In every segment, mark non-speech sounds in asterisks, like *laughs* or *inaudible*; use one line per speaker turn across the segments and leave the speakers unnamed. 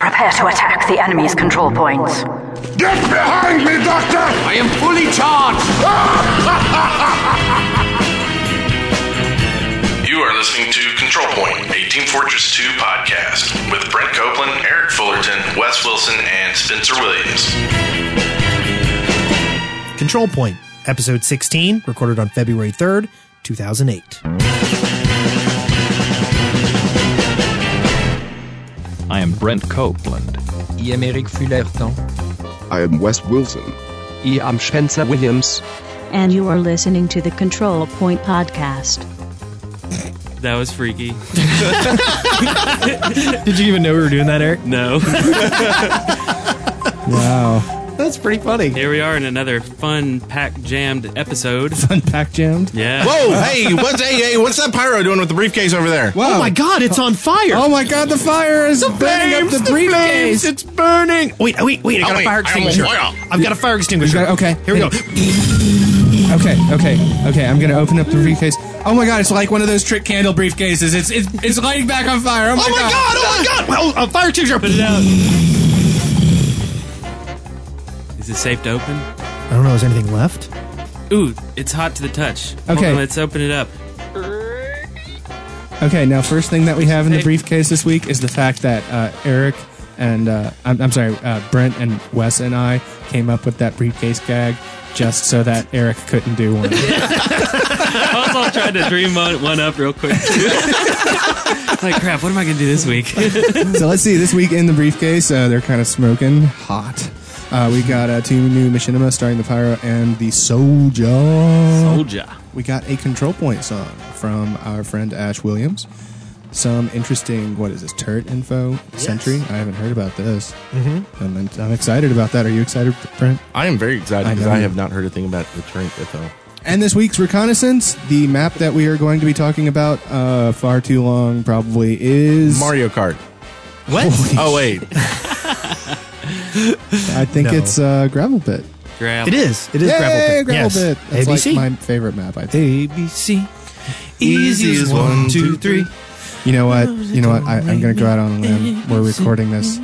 Prepare to attack the enemy's control points.
Get behind me, Doctor!
I am fully charged!
You are listening to Control Point, a Team Fortress 2 podcast with Brent Copeland, Eric Fullerton, Wes Wilson, and Spencer Williams.
Control Point, Episode 16, recorded on February 3rd, 2008.
I am Brent Copeland.
I am Eric Fullerton.
I am Wes Wilson.
I am Spencer Williams.
And you are listening to the Control Point Podcast.
That was freaky.
*laughs* Did you even know we were doing that, Eric?
No.
*laughs* Wow. That's pretty funny.
Here we are in another fun, pack jammed episode.
Unpack jammed.
Yeah.
Whoa! Hey, what's hey, hey, what's that pyro doing with the briefcase over there?
Oh my god, it's on fire!
Oh my god, the fire is burning up the, briefcase.
It's burning! Wait, wait, wait, I
Oh,
got a
wait,
fire
I
extinguisher.
almost boiled.
I've got a fire extinguisher.
You got- okay.
Here we go.
Okay, okay, okay. I'm gonna open up the briefcase. Oh my god, it's like one of those trick candle briefcases. It's it's, it's lighting back on fire. Oh my,
Oh my god, oh my god! Well, a fire extinguisher! Put it out.
Is it safe to open?
I don't know, is anything left?
Ooh, it's hot to the touch. Hold
Okay.
on, let's open it up.
Okay, now first thing that we have in the briefcase this week is the fact that uh, Eric and uh, I'm, I'm sorry, uh, Brent and Wes and I came up with that briefcase gag just so that Eric couldn't do *laughs* one.
I was all trying to dream on- one up
*laughs*
real quick. like, crap, what am I going to do this week?
so let's see. This week in the briefcase, uh, they're kind of smoking hot. Uh, we got uh, two new Machinima starring the Pyro and the Soldier.
Soldier.
We got a Control Point song from our friend Ash Williams. Some interesting, what is this, turret info? Sentry? I haven't heard about this. Mm-hmm. And I'm, I'm excited about that. Are you excited, Brent?
I am very excited
I
because
know
I
you-
have not heard a thing about the Turret Itho.
And this week's reconnaissance, the map that we are going to be talking about uh, far too long probably is.
Mario Kart.
What?
Oh wait,
I think
No.
it's uh, Gravel Pit.
Grab.
It is. It is
Yay,
gravel pit.
Gravel
yes.
Pit. That's
ABC.
like my favorite map, I think.
ABC. Easy as one, two, three.
You know what? You know what? I, I'm going to go out on a limb. We're recording this.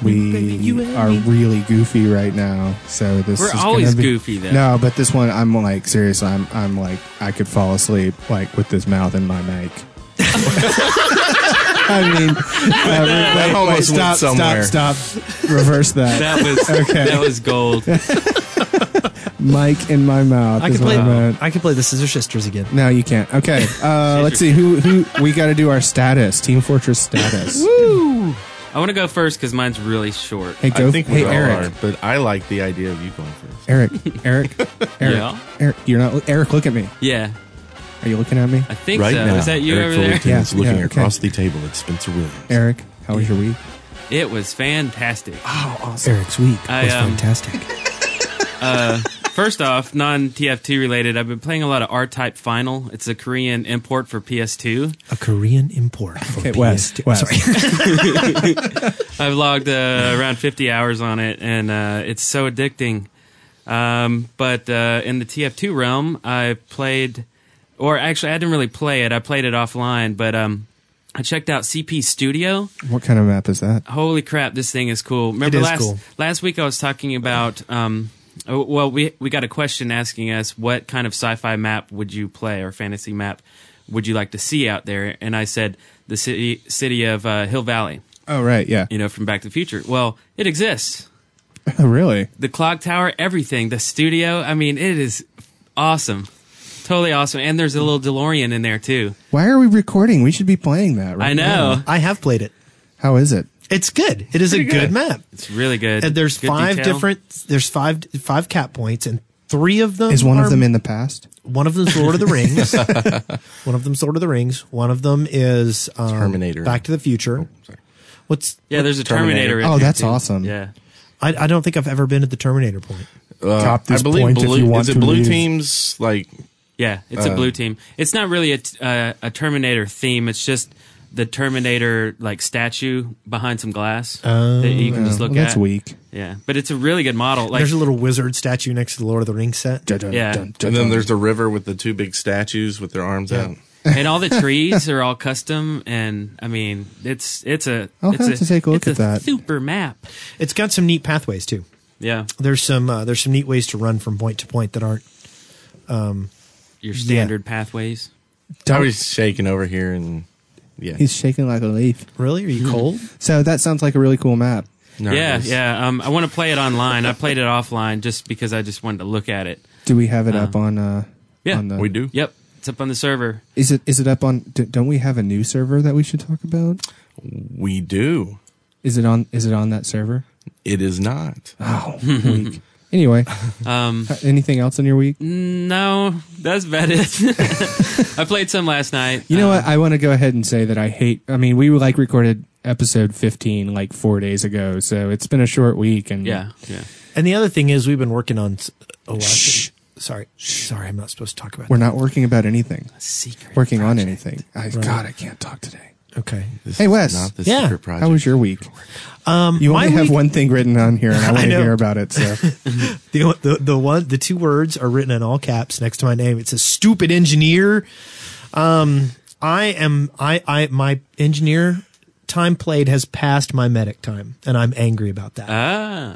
We are really goofy right now, so this
We're
is gonna
always
be-
goofy, though.
No, but this one, I'm like seriously, I'm I'm like I could fall asleep like with this mouth in my mic. *laughs* I mean, uh, wait, wait,
almost went
stop,
somewhere.
stop, stop, reverse that.
*laughs*
That was
Okay.
that was gold.
mic in my mouth.
I
is
could play.
what I meant.
I could play the Scissor Sisters again.
No, you can't. Okay, uh, let's see who who we got to do our status. Team Fortress status.
I want to go first because mine's really short.
hey, go.
I think we
hey,
all
Eric.
are, but I like the idea of you going first.
*laughs* Eric, Eric, Eric,
Yeah?
Eric, you're not. Eric, look at me.
Yeah,
Are you looking at me?
I think so. Is that you
Eric
over there?
Fullerton is
Yeah,
looking
yeah, okay.
across the table at Spencer Williams.
Eric, how was your week?
It was fantastic.
Eric's week
I,
was
*laughs*
um,
fantastic.
First off, non TFT related, I've been playing a lot of R Type Final. It's a Korean import for PS2.
A Korean import. for
Okay, West,
PS2.
West.
Sorry.
I've logged uh, around 50 hours on it, and uh, it's so addicting. Um, but uh, in the TF2 realm, I played, or actually, I didn't really play it. I played it offline, but um, I checked out CP Studio.
*laughs* What kind of map is that?
Holy crap, this thing is cool. Remember
is
last
cool.
last week I was talking about um oh, well we we got a question asking us what kind of sci-fi map would you play or fantasy map would you like to see out there and I said the city city of uh, Hill Valley,
Oh, right, yeah.
you know, from Back to the Future. Well, it exists.
Oh, really?
The clock tower, everything, the studio, I mean, it is awesome. Totally awesome. And there's a little DeLorean in there too.
Why are we recording? We should be playing that. Right
I know.
now.
I have played it.
How is it?
It's good. It is a good, map.
It's really good.
And there's
Good
five
detail.
different. There's five five cap points, and three of them
Is one
are-
of them in the past?
One of them's
*laughs*
Lord of the Rings. one of them's Lord of the Rings. One of them is um,
Terminator.
Back to the Future. What's
Yeah, there's a Terminator,
Terminator.
in
Oh,
there,
that's
too.
awesome.
Yeah.
I, I don't think I've ever been at the Terminator point.
Top this
Uh, I believe
point if
blue,
you want
is it
to
blue
leave.
teams like
Yeah, it's
Uh.
a blue team. It's not really a, t- uh, a Terminator theme. It's just the Terminator like statue behind some glass that you can just look
Oh. Well,
at.
that's weak.
Yeah, but it's a really good model. Like
there's a little wizard statue next to the Lord of the Rings set.
Dun, dun,
Yeah.
dun, dun,
and then
dun.
there's the river with the two big statues with their arms out.
*laughs*
and all the trees are all custom. And I mean, it's it's a
I'll
it's
have
a,
to take a look
it's
at that.
super map.
It's got some neat pathways too.
Yeah,
There's some uh, there's some neat ways to run from point to point that aren't.
your standard pathways.
Toby's shaking over here, and yeah,
He's shaking like a leaf.
Really? Are you cold?
So that sounds like a really cool map.
Yeah,
nervous.
yeah. Um, I want to play it online. I played it offline just because I just wanted to look at it.
Do we have it up on? Uh,
Yeah.
on the,
We do.
Yep, it's up on the server.
Is it is it up on? Do, don't we have a new server that we should talk about?
We do.
Is it on? Is it on that server?
It is not.
Oh, weak.
*laughs*
Anyway,
Um,
*laughs* anything else in your week?
no, that's
*laughs*
about it. I played some last night.
You know
Uh,
what? I want to go ahead and say that I hate. I mean, we like recorded episode 15 like four days ago, so it's been a short week. And
Yeah, yeah.
And the other thing is, we've been working on. s- A lot Sorry, sorry, I'm not supposed to talk about.
we're not working about anything,
Secret.
working on anything. I, God, I can't talk today.
that. Okay.
This
Hey,
is
Wes.
Not the
Yeah.
secret project.
How was your week?
Um,
You
my
only have
week-
one thing written on here, and I want to
know.
hear about it. So
The, the the one the two words are written in all caps next to my name. It says "stupid engineer." Um, I am I I my engineer time played has passed my medic time, and I'm angry about that.
Ah,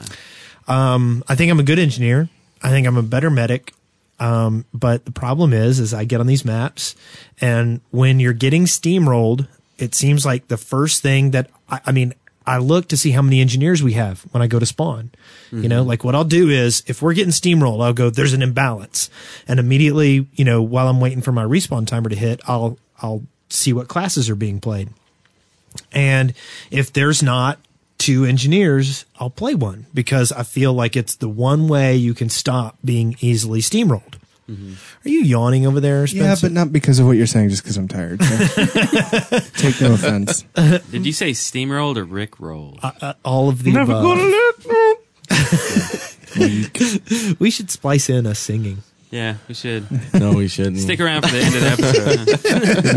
I think I'm a good engineer. I think I'm a better medic. Um, but the problem is, is I get on these maps, and when you're getting steamrolled, it seems like the first thing that I, I mean, I look to see how many engineers we have when I go to spawn. You know, like what I'll do is if we're getting steamrolled, I'll go, there's an imbalance. And immediately, you know, while I'm waiting for my respawn timer to hit, I'll, I'll see what classes are being played. And if there's not two engineers, I'll play one because I feel like it's the one way you can stop being easily steamrolled. Are you yawning over there,
yeah,
Spencer?
but not because of what you're saying, just because I'm tired. so. Take no offense.
did you say steamrolled or Rick rolled?
Uh, all of the above. *laughs* we should splice in us singing.
yeah, we should
No, we shouldn't.
stick around for the end of the episode.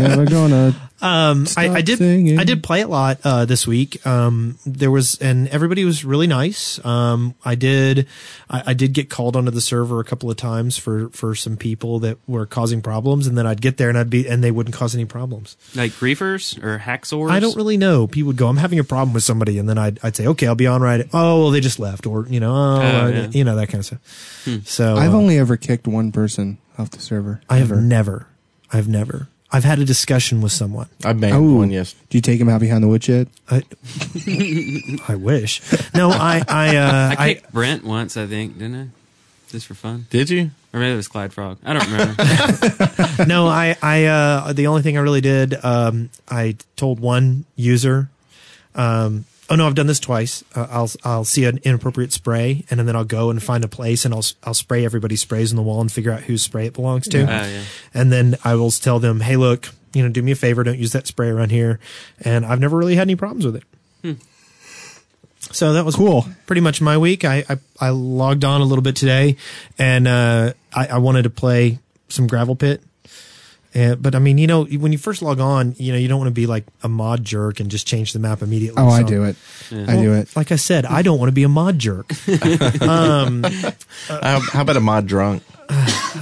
*laughs*
huh?
Never gonna.
I, I
Stop
did.
singing.
I did play it a lot uh, this week. Um, there was, and everybody was really nice. Um, I did. I, I did get called onto the server a couple of times for for some people that were causing problems, and then I'd get there and I'd be, and they wouldn't cause any problems.
like griefers or hacksaws?
I don't really know. People would go, "I'm having a problem with somebody," and then I'd I'd say, "Okay, I'll be on right." Oh, well, they just left, or you know, oh,
Oh, yeah.
you know that kind of stuff. So
I've
uh,
only ever kicked one person off the server.
I have
Ever.
never, I've never, I've had a discussion with someone.
I banged
Oh,
one. Yes.
Do you take him out behind the woodshed?
I, I wish. No, I I uh,
*laughs* I
I,
kicked Brent once, I think, didn't I? Just for fun,
Did you?
or maybe it was Clyde Frog. I don't
*laughs*
remember.
no, I, I, uh, the only thing I really did, um, I told one user, um, oh no, I've done this twice. Uh, I'll, I'll see an inappropriate spray and then I'll go and find a place and I'll, s- I'll spray everybody's sprays on the wall and figure out whose spray it belongs to.
Oh, yeah.
And then I will tell them, Hey, look, you know, do me a favor. Don't use that spray around here. And I've never really had any problems with it. So that was cool. Pretty much my week. I, I, I logged on a little bit today and, uh, I, I wanted to play some gravel pit. And, but I mean, you know, when you first log on, you know, you don't want to be like a mod jerk and just change the map immediately.
Oh, I
So-
do it. I do it.
Like I said, I don't want to be a mod
*laughs*
jerk.
Uh,
How, how about a mod drunk?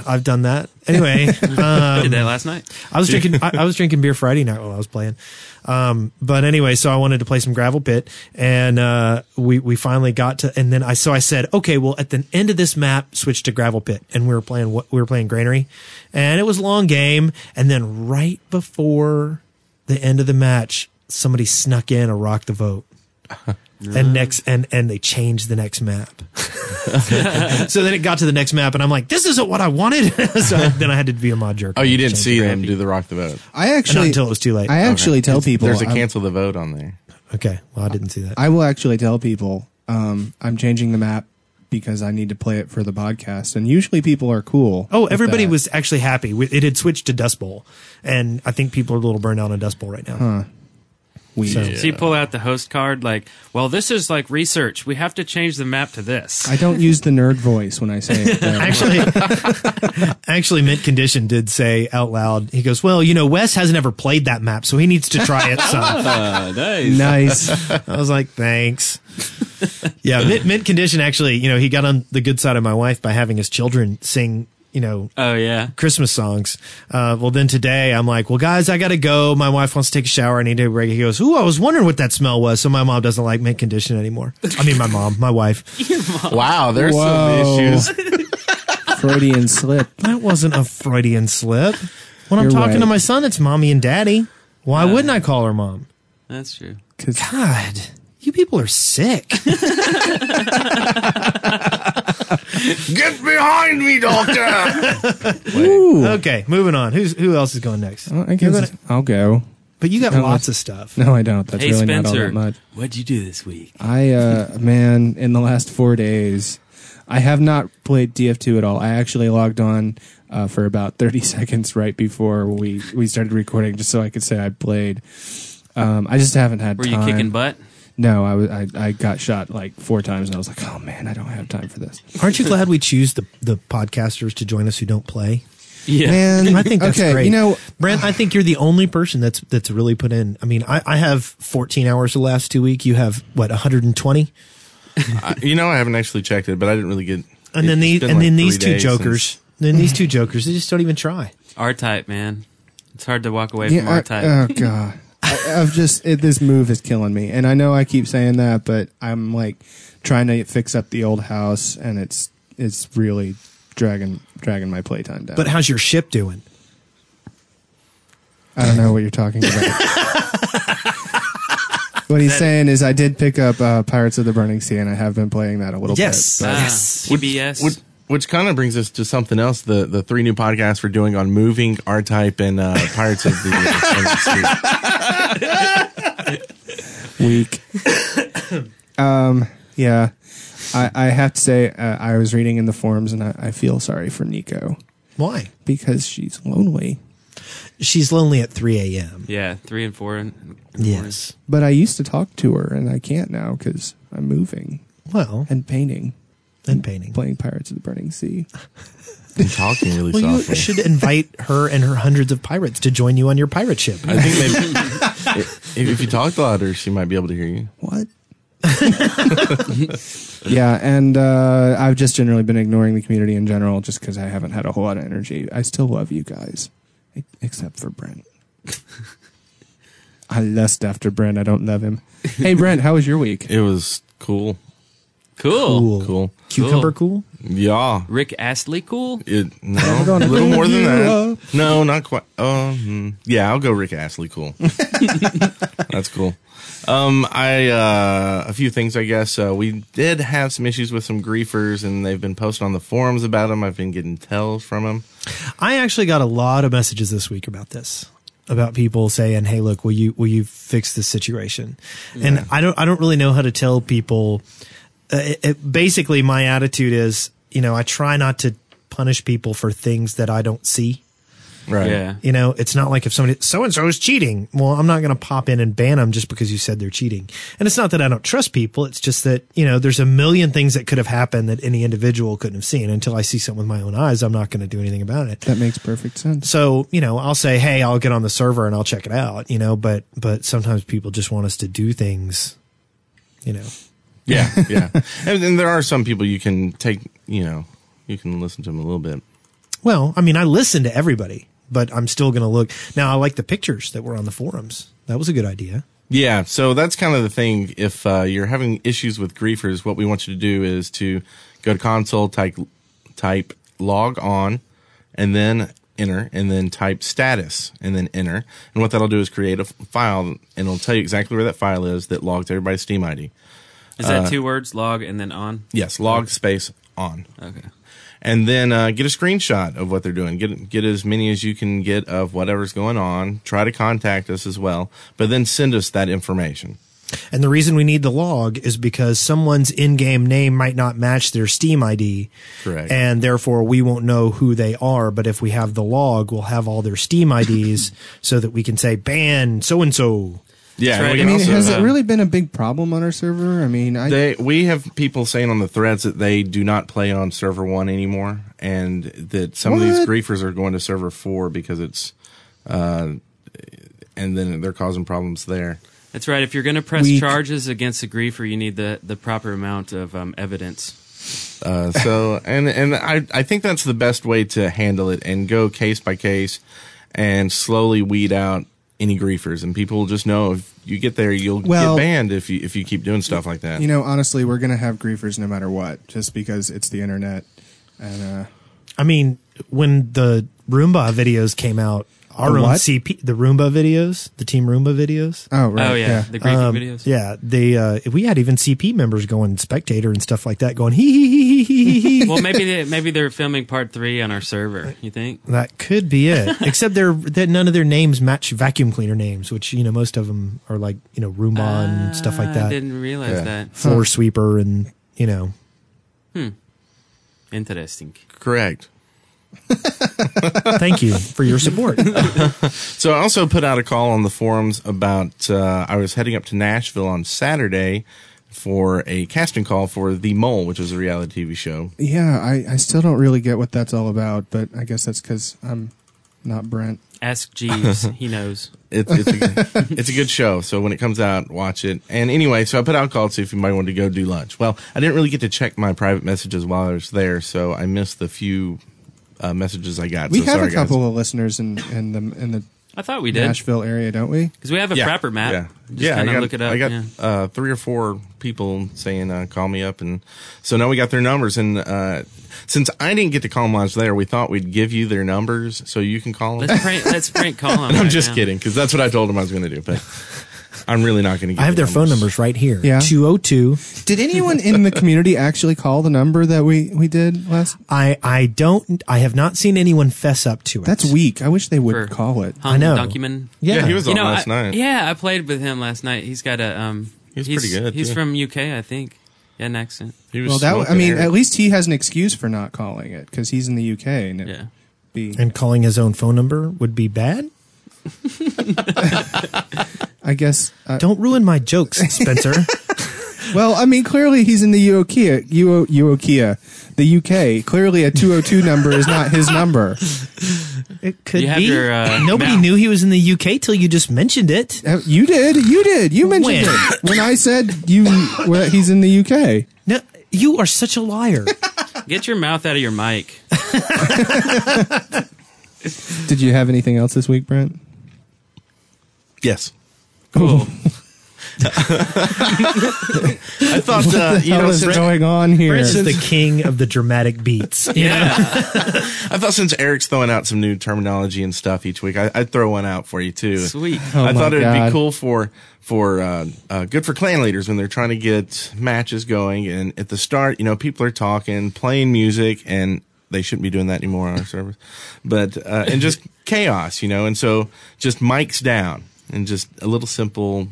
I've done that anyway.
*laughs*
I did that last night.
Um,
I was drinking. I, I was drinking beer Friday night while I was playing. Um, but anyway, so I wanted to play some gravel pit, and uh, we we finally got to. And then I so I said, okay, well, at the end of this map, switch to gravel pit, and we were playing what we were playing granary, and it was a long game. And then right before the end of the match, somebody snuck in and rocked
*laughs*
the vote. And next, and and they changed the
*laughs*
next map. so then it got to the next map, and I'm like, "This isn't what I wanted." *laughs* so then I had to be a mod jerk.
Oh, you didn't
Change
see
the
them do the rock the vote.
I actually
Not until it was too late.
I actually tell people
There's a
I'm-
cancel the vote on there.
Okay. Well, I didn't see that.
I will actually tell people um, I'm changing the map because I need to play it for the podcast. And usually people are cool.
oh,
with
everybody
that.
was actually happy. We- It had switched to Dust Bowl, and I think people are a little burned out on Dust Bowl right now.
weird.
So you pull out the host card, like, well, this is like research. We have to change the map to this.
I don't use the nerd voice when I say it. though.
*laughs*
*laughs*
Actually, actually, Mint Condition did say out loud. He goes, "Well, you know, Wes hasn't ever played that map, so he needs to try it
*laughs*
some."
Uh,
nice.
I was like, "Thanks." Yeah, Mint, Mint Condition actually, you know, he got on the good side of my wife by having his children sing you know,
Oh yeah.
Christmas songs. Uh, well, then today I'm like, well, guys, I gotta go. My wife wants to take a shower. I need to break. He goes, ooh, I was wondering what that smell was. So my mom doesn't like mint condition anymore. I mean, my mom, my wife.
Wow, there's
Whoa.
some
*laughs*
issues.
Freudian slip.
That wasn't a Freudian slip. When I'm
You're
talking to
right.
my son, it's mommy and daddy. Why wouldn't I call her mom?
That's true.
'Cause
God, you people are
*laughs*
sick.
Get behind me, Doctor!
okay, moving on. Who's who else is going next?
Well, I
You're
guess
gonna-
I'll go.
but you got
No,
lots
let's-
of
*laughs*
stuff.
No, I don't. That's
hey
really not all
Spencer,
that much.
what'd you do this week?
I uh man, in the last four days, I have not played DF2 at all. I actually logged on uh, for about thirty *laughs* seconds right before we we started recording, just so I could say I played. Um, I just haven't had.
Were you
time.
kicking butt?
No, I was. I, I got shot like four times, and I was like, oh man, I don't have time for this.
Aren't you glad we choose the the podcasters to join us who don't play?
Yeah.
Man,
I think that's
okay,
great.
You know,
Brent, I think you're the only person that's that's really put in. I mean, I, I have 14 hours the last two week. You have what 120,
*laughs* I- you know, I haven't actually checked it, but I didn't really get.
and then
it's
the
been
and
like
then
three
these two
days since-
jokers, then these two jokers, they just don't even try.
*laughs* R type, man. It's hard to walk away from
yeah,
R
I-
type. *laughs*
oh god, I, I've just it, this move is killing me, and I know I keep saying that, but I'm like trying to fix up the old house, and it's it's really dragging dragging my playtime down.
But how's your ship doing?
I don't know what you're talking about. what he's saying is, I did pick up uh, Pirates of the Burning Sea, and I have been playing that a little bit.
Ah,
but-
TBS.
Which, which kind of brings us to something else. The the three new podcasts we're doing on moving R type and uh, Pirates of the
*laughs*
Burning Sea.
week. um, yeah, I, I have to say uh, I was reading in the forums, and I, I feel sorry for Nico
Why?
because she's lonely.
She's lonely at 3 a.m.
yeah, three and four. And, and
Yes.
But I used to talk to her, and I can't now because I'm moving
Well,
and painting,
and painting.
playing Pirates of the Burning Sea.
I'm talking really
Well, you
softly.
should invite her and her hundreds of pirates to join you on your pirate ship.
I think maybe
*laughs*
if, if you talked louder, she might be able to hear you.
What? *laughs* yeah, and uh, I've just generally been ignoring the community in general, just because I haven't had a whole lot of energy. I still love you guys, e- except for Brent. I lust after Brent. I don't love him. Hey, Brent, how was your week?
It was cool.
Cool.
cool.
Cool.
Cucumber cool.
Yeah.
Rick Astley, cool.
It, no, a little more than that. No, not quite. Um, yeah, I'll go Rick Astley. *laughs* Cool. That's cool. Um, I uh, a few things, I guess. Uh, we did have some issues with some griefers, and they've been posting on the forums about them. I've been getting tells from them.
I actually got a lot of messages this week about this, about people saying, "Hey, look, will you will you fix this situation?" And I don't I don't really know how to tell people. Uh, it, it- basically, my attitude is, you know, I try not to punish people for things that I don't see.
Right.
Yeah.
You know, it's not like if somebody so and so is cheating. Well, I'm not going to pop in and ban them just because you said they're cheating. And it's not that I don't trust people. It's just that you know, there's a million things that could have happened that any individual couldn't have seen. Until I see something with my own eyes, I'm not going to do anything about it.
That makes perfect sense.
So, you know, I'll say, Hey, I'll get on the server and I'll check it out, you know, but, but sometimes people just want us to do things, you know.
Yeah. Yeah. *laughs* and, and there are some people you can take. You know, you can listen to them a little bit.
Well, I mean, I listen to everybody, but I'm still going to look. Now, I like the pictures that were on the forums. That was a good idea.
Yeah, so that's kind of the thing. If uh, you're having issues with griefers, what we want you to do is to go to console, type, type log on, and then enter, and then type status, and then enter. And what that'll do is create a f- file, and it'll tell you exactly where that file is that logs everybody's Steam ID.
Is that two words? Log and then on.
Yes, log space on.
Okay.
And then uh, get a screenshot of what they're doing. Get get as many as you can get of whatever's going on. Try to contact us as well, but then send us that information.
And the reason we need the log is because someone's in game name might not match their Steam ID.
Correct.
And therefore, we won't know who they are. But if we have the log, we'll have all their Steam IDs so that we can say, ban so and so.
Yeah,
That's
and
right.
we
I
can
mean,
also-
has it
uh,
really been a big problem on our server? I mean, I
They we have people saying on the threads that they do not play on server one anymore, and that some of these
What?
griefers are going to server four because it's, uh, and then they're causing problems there.
That's right. If you're going to press
Weak.
charges against a griefer, you need the, the proper amount of um, evidence.
Uh,
*laughs*
so and and I I think that's the best way to handle it and go case by case and slowly weed out any griefers and people just know if you get there you'll
Well-
get banned if you if you keep doing stuff like that.
You know, honestly, we're gonna have griefers no matter what, just because it's the internet. And uh,
I mean, when the Roomba videos came out, our
The
own
what?
CP, the Roomba videos, the Team Roomba videos.
Oh,
right, Oh, yeah, yeah. the griefing videos.
Yeah, they uh, we had even CP members going spectator and stuff like that, going hee hee hee hee hee
*laughs*
hee. hee."
well, maybe they, maybe they're filming part three on our server. You think?
That could be it. Except they're that none of their names match vacuum cleaner names, which you know most of them are like you know Roomba and stuff like
Ah,
that.
I didn't realize
Yeah.
that.
Floor sweeper and you know
Interesting.
Correct.
thank you for your
*laughs*
support.
So I also put out a call on the forums about uh, I was heading up to Nashville on Saturday for a casting call for The Mole, which is a reality TV show.
yeah, I, I still don't really get what that's all about, but I guess that's because I'm not Brent.
Ask Jeeves. he knows.
It's it's a,
*laughs*
it's a good show. So when it comes out, watch it. And anyway, so I put out a call to see if anybody wanted to go do lunch. Well, I didn't really get to check my private messages while I was there, so I missed the few uh, messages I got.
We
so
have
sorry,
a
guys.
couple of listeners in in the in the
I thought we did
Nashville area, don't we?
because we have a prepper map.
Yeah,
Just
yeah. I
kind of
got,
look it up.
I got
yeah.
uh, three or four people saying, uh, "Call me up," and so now we got their numbers. And uh, since I didn't get to call them while I was there, we thought we'd give you their numbers so you can call them. *laughs*
Let's prank. let's prank call him.
I'm
right
just
now.
kidding because that's what I told them I was going to do, but I'm really not going to.
I have their phone numbers right here.
Yeah.
two zero two.
Did anyone *laughs* in the community actually call the number that we we did last?
I I don't. I have not seen anyone fess up to it.
That's weak. I wish they would
For-
call it.
Hung
I know.
Donkeyman.
Yeah.
Yeah, he was
You
on
know,
last
I-
night.
Yeah, I played with him last night. He's got a um.
He's pretty good,
He's
yeah.
from UK, I think. Yeah, an accent.
He was
Well, that I
smoking
mean,
Eric.
at least he has an excuse for not calling it because he's in the UK and it
Yeah.
be.
and calling his own phone number would be bad.
I guess. *laughs* Uh,
Don't ruin my
*laughs*
jokes, Spencer.
well, I mean, clearly he's in the UK, UO, UOKIA, the UK. Clearly, a two hundred two number is not his number.
it could
You have
be.
your, uh,
Nobody
mouth.
knew he was in the UK till you just mentioned it.
Uh, You did. You did. You
When?
mentioned it when I said you. Well, he's in the UK.
No, you are such
*laughs*
a liar.
Get your mouth out of your mic.
Did you have anything else this week, Brent?
yes.
Cool.
I
*laughs*
thought uh, you
What
know,
is
since,
going on here?
Prince is the king of the
*laughs*
dramatic beats.
yeah.
I thought since Eric's throwing out some new terminology and stuff each week, I, I'd throw one out for you too.
Sweet.
I
Oh, my
thought it would
God.
be cool for for uh, uh, good for clan leaders when they're trying to get matches going. And at the start, you know, people are talking, playing music, and they shouldn't be doing that anymore on our servers. But uh, and just *laughs* chaos, you know. And so just mics down and just a little simple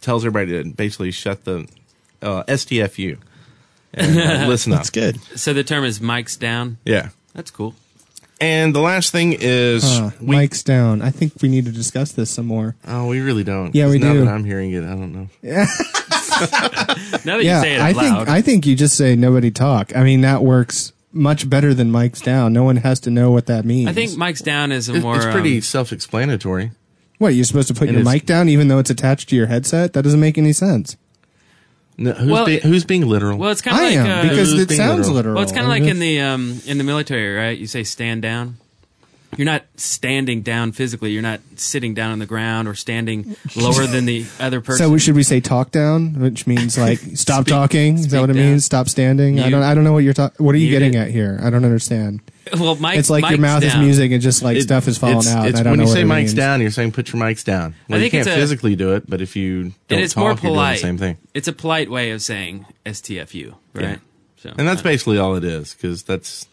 tells everybody to basically shut the uh, STFU and
*laughs*
uh, listen up.
That's good.
So the term is mics down.
Yeah.
That's cool.
And the last thing is
Uh,
we
Mike's down. I think we need to discuss this some more.
Oh, we really don't.
Yeah,
'Cause
we
now
do.
That I'm hearing it. I don't know.
Now that you say it out
I
loud.
think I think you just say nobody talk. I mean, that works much better than Mike's down. No one has to know what that means.
I think Mike's down is a
It-
more.
it's pretty
um,
self-explanatory.
What you're supposed to put
And
your
it's-
mic down, even though it's attached to your headset. That doesn't make any sense.
No, who's,
Well,
be- who's being literal?
well, it's kind of
I
like
am
uh,
because
Who's
it
being
sounds
literal?
literal.
Well, it's kind of like in the um, in the military, right? You say stand down. You're not standing down physically. You're not sitting down on the ground
*laughs*
or standing lower than the other person.
So we- should we say talk down,
*laughs*
which means like stop talking? Is that
speak
what it
down.
means? Stop standing. I
Mute.
don't. I don't know what you're talking. What are you
Mute
getting
it.
at here? I don't understand.
*laughs* well, Mike,
It's like your
Mike's
mouth is
down.
music and just like
It-
stuff is falling
it's-
out. and
it's-
I don't
when
know
you
what
say
it
mics
means.
down, you're saying put your mics down. Well, you
think it's
can't
a-
physically do it, but if you
And
don't
it's
talk,
more
you're doing
polite.
the same thing.
It's a polite way of saying STFU, right?
Yeah.
So,
And that's
uh,
basically all it is, because that's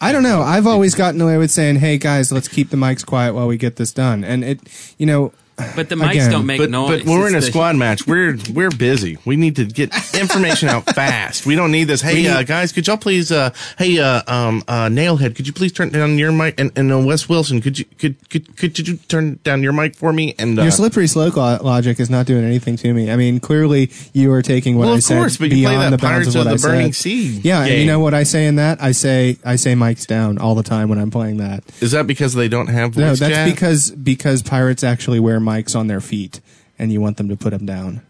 I don't know. I've always gotten away with saying, "Hey guys, let's keep the mics quiet while we get this done." And it, you know,
But the mics
again,
don't make
but,
noise.
but when we're in a
It's the-
squad match, we're we're busy. We need to get information
*laughs*
out fast. We don't need this. Hey uh, guys, could y'all please? Uh, hey uh, um, uh, Nailhead, could you please turn down your mic? And, and uh, Wes Wilson, could you could could could you turn down your mic for me? And uh,
your slippery slope lo- logic is not doing anything to me. I mean, clearly you are taking what
Well,
I
of
said
course, but you play
beyond
that
the
Pirates
bounds of
of
what I
the Burning
said.
Sea
Yeah, and you
game.
know what I say in that? I say I say mics down all the time when I'm playing that.
is that because they don't have voice
No, that's
chat?
because because pirates actually wear mics on their feet, and you want them to put them down.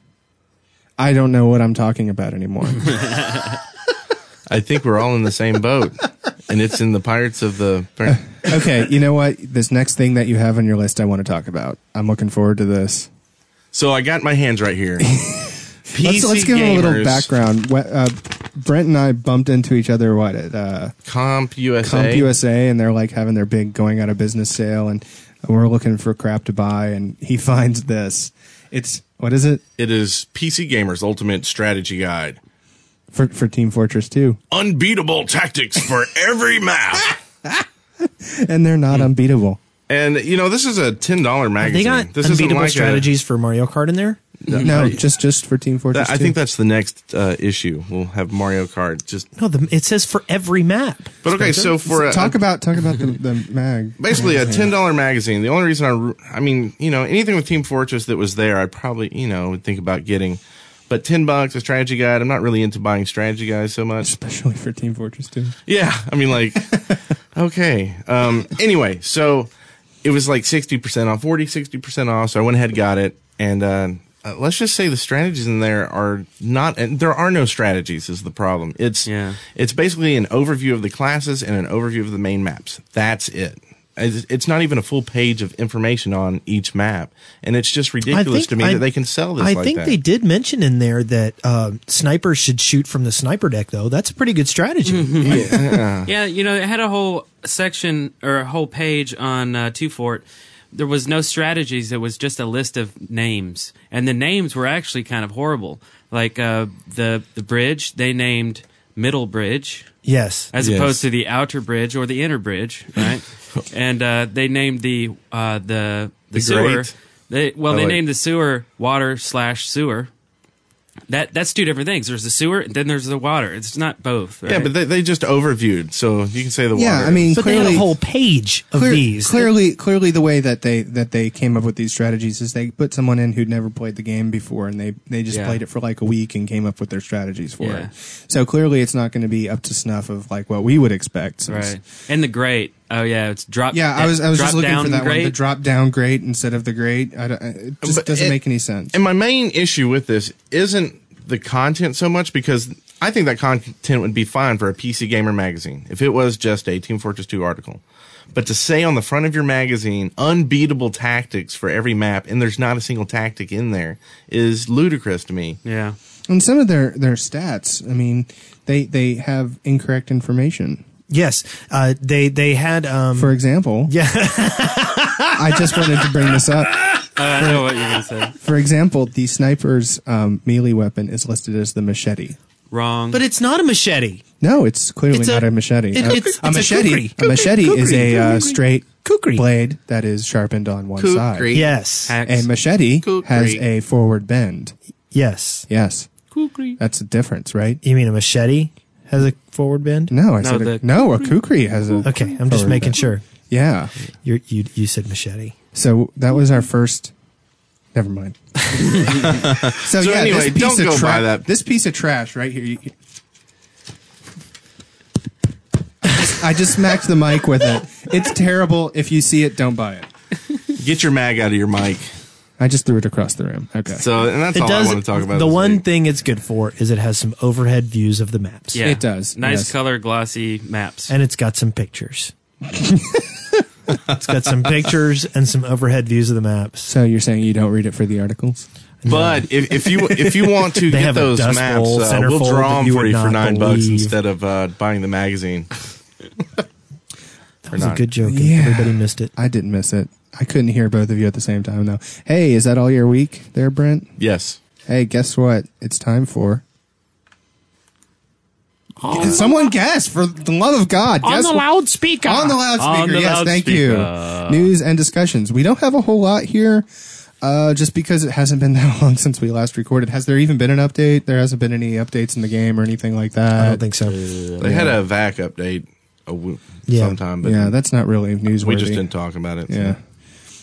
I don't know what I'm talking about anymore.
I think we're all in the same
*laughs*
boat, and it's in the Pirates of the.
okay, you know what? This next thing that you have on your list, I want to talk about. I'm looking forward to this.
So I got my hands right here.
*laughs* let's, let's give him a
gamers.
little background. Wh- Uh, Brent and I bumped into each other what at uh,
Comp USA.
Comp USA, and they're like having their big going out of business sale, and we're looking for crap to buy, and he *laughs* finds this. It's what is it
It is PC Gamer's Ultimate Strategy Guide.
for for Team Fortress Two?
Unbeatable tactics for every map.
*laughs* And they're not unbeatable.
And you know, this is a ten dollar
They
magazine.
got
this isn't
unbeatable
like a-
strategies for Mario Kart in there.
No, just just for Team Fortress.
That- I
2.
think that's the next uh, issue. We'll have Mario Kart. Just
No, the, it says for every map.
but okay. So for a,
talk about talk about the, the mag.
basically a ten dollar magazine. The only reason I, re- I mean, you know, anything with Team Fortress that was there, I probably, you know, would think about getting. But ten bucks a strategy guide. I'm not really into buying strategy guides so much.
especially for Team Fortress Two.
Yeah, I mean,
*laughs*
like, okay. Um, anyway, so it was like sixty percent off, 40 60 percent off. So I went ahead, and got it, and uh, uh, let's just say the strategies in there are not. And there are no strategies is the problem. It's
Yeah.
It's basically an overview of the classes and an overview of the main maps. That's it. It's it's not even a full page of information on each map, and it's just ridiculous to me
I-
that they can sell this.
I
like
think
that.
they did mention in there that um, snipers should shoot from the sniper deck, though. That's a pretty good
Mm-hmm.
strategy.
Yeah, you know, it had a whole section or a whole page on uh, Two Fort. There was no strategies. It was just a list of names, and the names were actually kind of horrible. Like uh, the the bridge, they named Middle Bridge
yes.
as
Yes.
opposed to the outer bridge or the inner bridge,
*laughs*
right? and uh, they named the uh, the the,
The
sewer.
grate.
They well,
I
they
like-
named the sewer water slash sewer. That that's two different things. There's the sewer, and then there's the water. It's not both.
yeah,
right?
but they, they just overviewed. So you can say the
Yeah,
water.
I mean
But they
clearly
had a whole page of
clear-
these.
Clearly, clearly, the way that they that they came up with these strategies is they put someone in who'd never played the game before, and they they just
Yeah.
played it for like a week and came up with their strategies for it.
Yeah.
So clearly, it's not going to be up to snuff of like what we would expect. since-
Right. And the grate. Oh yeah, it's drop.
Yeah, I was I was just
drop
looking for
down
that one. The
grate.
drop down grate instead of the grate. I don't, it just
But
doesn't
it-
make any sense.
And my main issue with this isn't the content so much because I think that content would be fine for a PC Gamer magazine if it was just a Team Fortress 2 article. But to say on the front of your magazine, unbeatable tactics for every map, and there's not a single tactic in there, is ludicrous to me.
Yeah.
And some of their their stats, I mean, they they have incorrect information.
Yes. Uh, they they had um,
For example,
Yeah.
*laughs* I just wanted to bring this up.
Uh, I know what you're gonna say.
For example, the sniper's um, melee weapon is listed as the machete.
Wrong.
but it's not a machete.
No, it's clearly
It's a-
not a machete.
it- it's-
a, a
it's a
machete.
kukri.
A machete
Kukri,
is a
kukri,
uh,
kukri.
straight
Kukri.
blade that is sharpened on one
Kukri.
side.
Yes.
Hacks.
A machete
Kukri.
has a forward bend.
Yes.
Yes, that's the difference, right?
You mean a machete has a forward bend?
No, I
No,
said
the-
a, no. A kukri has a.
Okay, I'm just
forward
making
bend.
sure.
Yeah.
You're, you you said machete.
So that was our first.
*laughs*
Never mind. so, yeah,
anyway,
this piece
don't
of
go
tra-
buy that.
This piece of trash right here. You, you- I just smacked the mic with it. It's terrible. If you see it, don't buy it.
Get your mag out of your mic.
I just threw it across the room. Okay.
So, and that's
It
all
does.
I want to talk about.
the
this
one
week.
thing it's good for is it has some overhead views of the maps.
yeah.
it does,
Nice
yes.
color, glossy maps.
and it's got some pictures. it's got some pictures and some overhead views of the maps.
so you're saying you don't read it for the articles?
But if, if you if you want to
*laughs* They
get
have a
those
dust
maps,
bowl,
uh, we'll
centerfold
draw
that
them
you
for
would
you for
not
nine bucks
believe.
instead of uh, buying the magazine.
That was a
not.
good joke. and
Yeah.
Everybody missed it.
I didn't miss it. I couldn't hear both of you at the same time though. Hey, is that all your week there, Brent?
Yes.
Hey, guess what? It's time for. Can Someone guess for the love of God. guess what-
loudspeaker.
on the loudspeaker.
On the
yes, thank you.
loudspeaker.
News and discussions. We don't have a whole lot here, uh, just because it hasn't been *laughs* that long since we last recorded. Has there even been an update? There hasn't been any updates in the game or anything like that.
I don't think so.
They had a VAC update a w-
Yeah.
sometime, but
yeah, that's not really newsworthy.
we just didn't talk about it. so.
Yeah.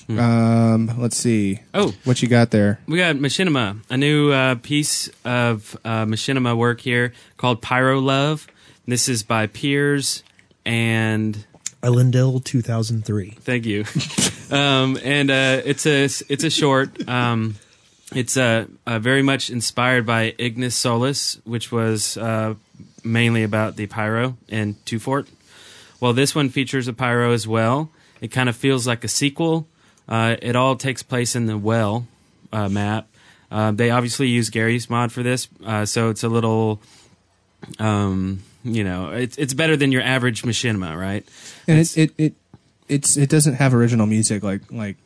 Um. Let's see.
Oh.
what you got there?
we got machinima, a new uh, piece of uh, machinima work here called Pyro Love. This is by Piers and
Uh, Lindell 2003.
*laughs* Thank you. um, and uh, it's a it's a short. Um, It's uh, uh, very much inspired by Ignis Solis, which was uh, mainly about the pyro in Two Fort. Well, this one features a pyro as well. It kind of feels like a sequel. Uh, it all takes place in the well uh, map. Uh, they obviously use Gary's mod for this, uh, so it's a little, um, you know, it's it's better than your average machinima, right?
and it it it it's it doesn't have original music like like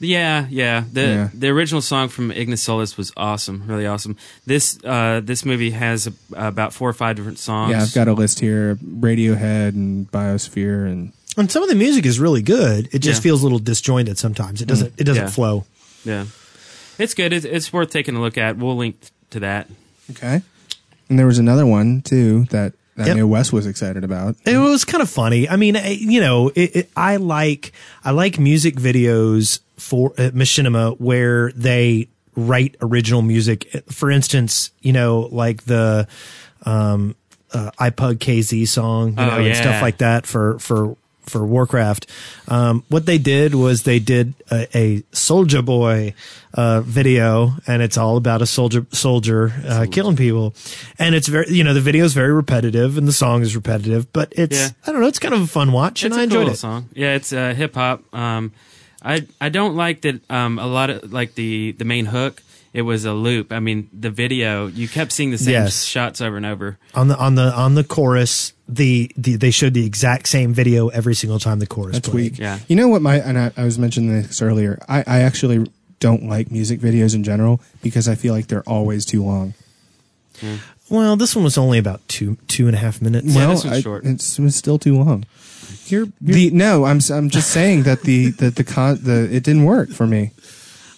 Yeah, yeah. The
Yeah.
the original song from Ignis Solis was awesome, really awesome. This uh, this movie has a, about four or five different songs.
yeah I've got a list here Radiohead and Biosphere and
And some of the music is really good. It just
Yeah.
feels a little disjointed sometimes. It
Mm.
doesn't. It doesn't
Yeah.
flow.
Yeah, it's good. It's, it's worth taking a look at. We'll link to that.
okay and there was another one too that that
Yep.
I know Wes was excited about
It was kind of funny. I mean, I- you know, it, it, I like I like music videos for uh, machinima where they write original music. For instance, you know, like the um, uh, iPug KZ song, you
Oh,
know, and
yeah.
stuff like that for for for Warcraft. Um, what they did was they did a, a Soldier Boy uh, video, and it's all about a soldier soldier uh, killing people. And it's very, you know, the video is very repetitive, and the song is repetitive, but it's
Yeah.
I don't know, it's kind of a fun watch, and
it's
I
a cool
enjoyed
little
it.
Song, yeah, it's uh, hip hop. Um, I I don't like that. Um, a lot of like the the main hook. It was a loop. I mean, the video you kept seeing the same
Yes.
shots over and
*laughs*
over.
On the on the on the chorus, the, the they showed the exact same video every single time the chorus.
that's
played.
weak
Yeah.
you know what my and I, I was mentioning this earlier I I actually don't like music videos in general because I feel like they're always too long
Well, this one was only about two two and a half minutes.
Yeah,
well,
this one's
I-
short.
It's, it's still too long.
you're,
The no, I'm s- I'm just saying that *laughs* the the the, con, the it didn't work for me.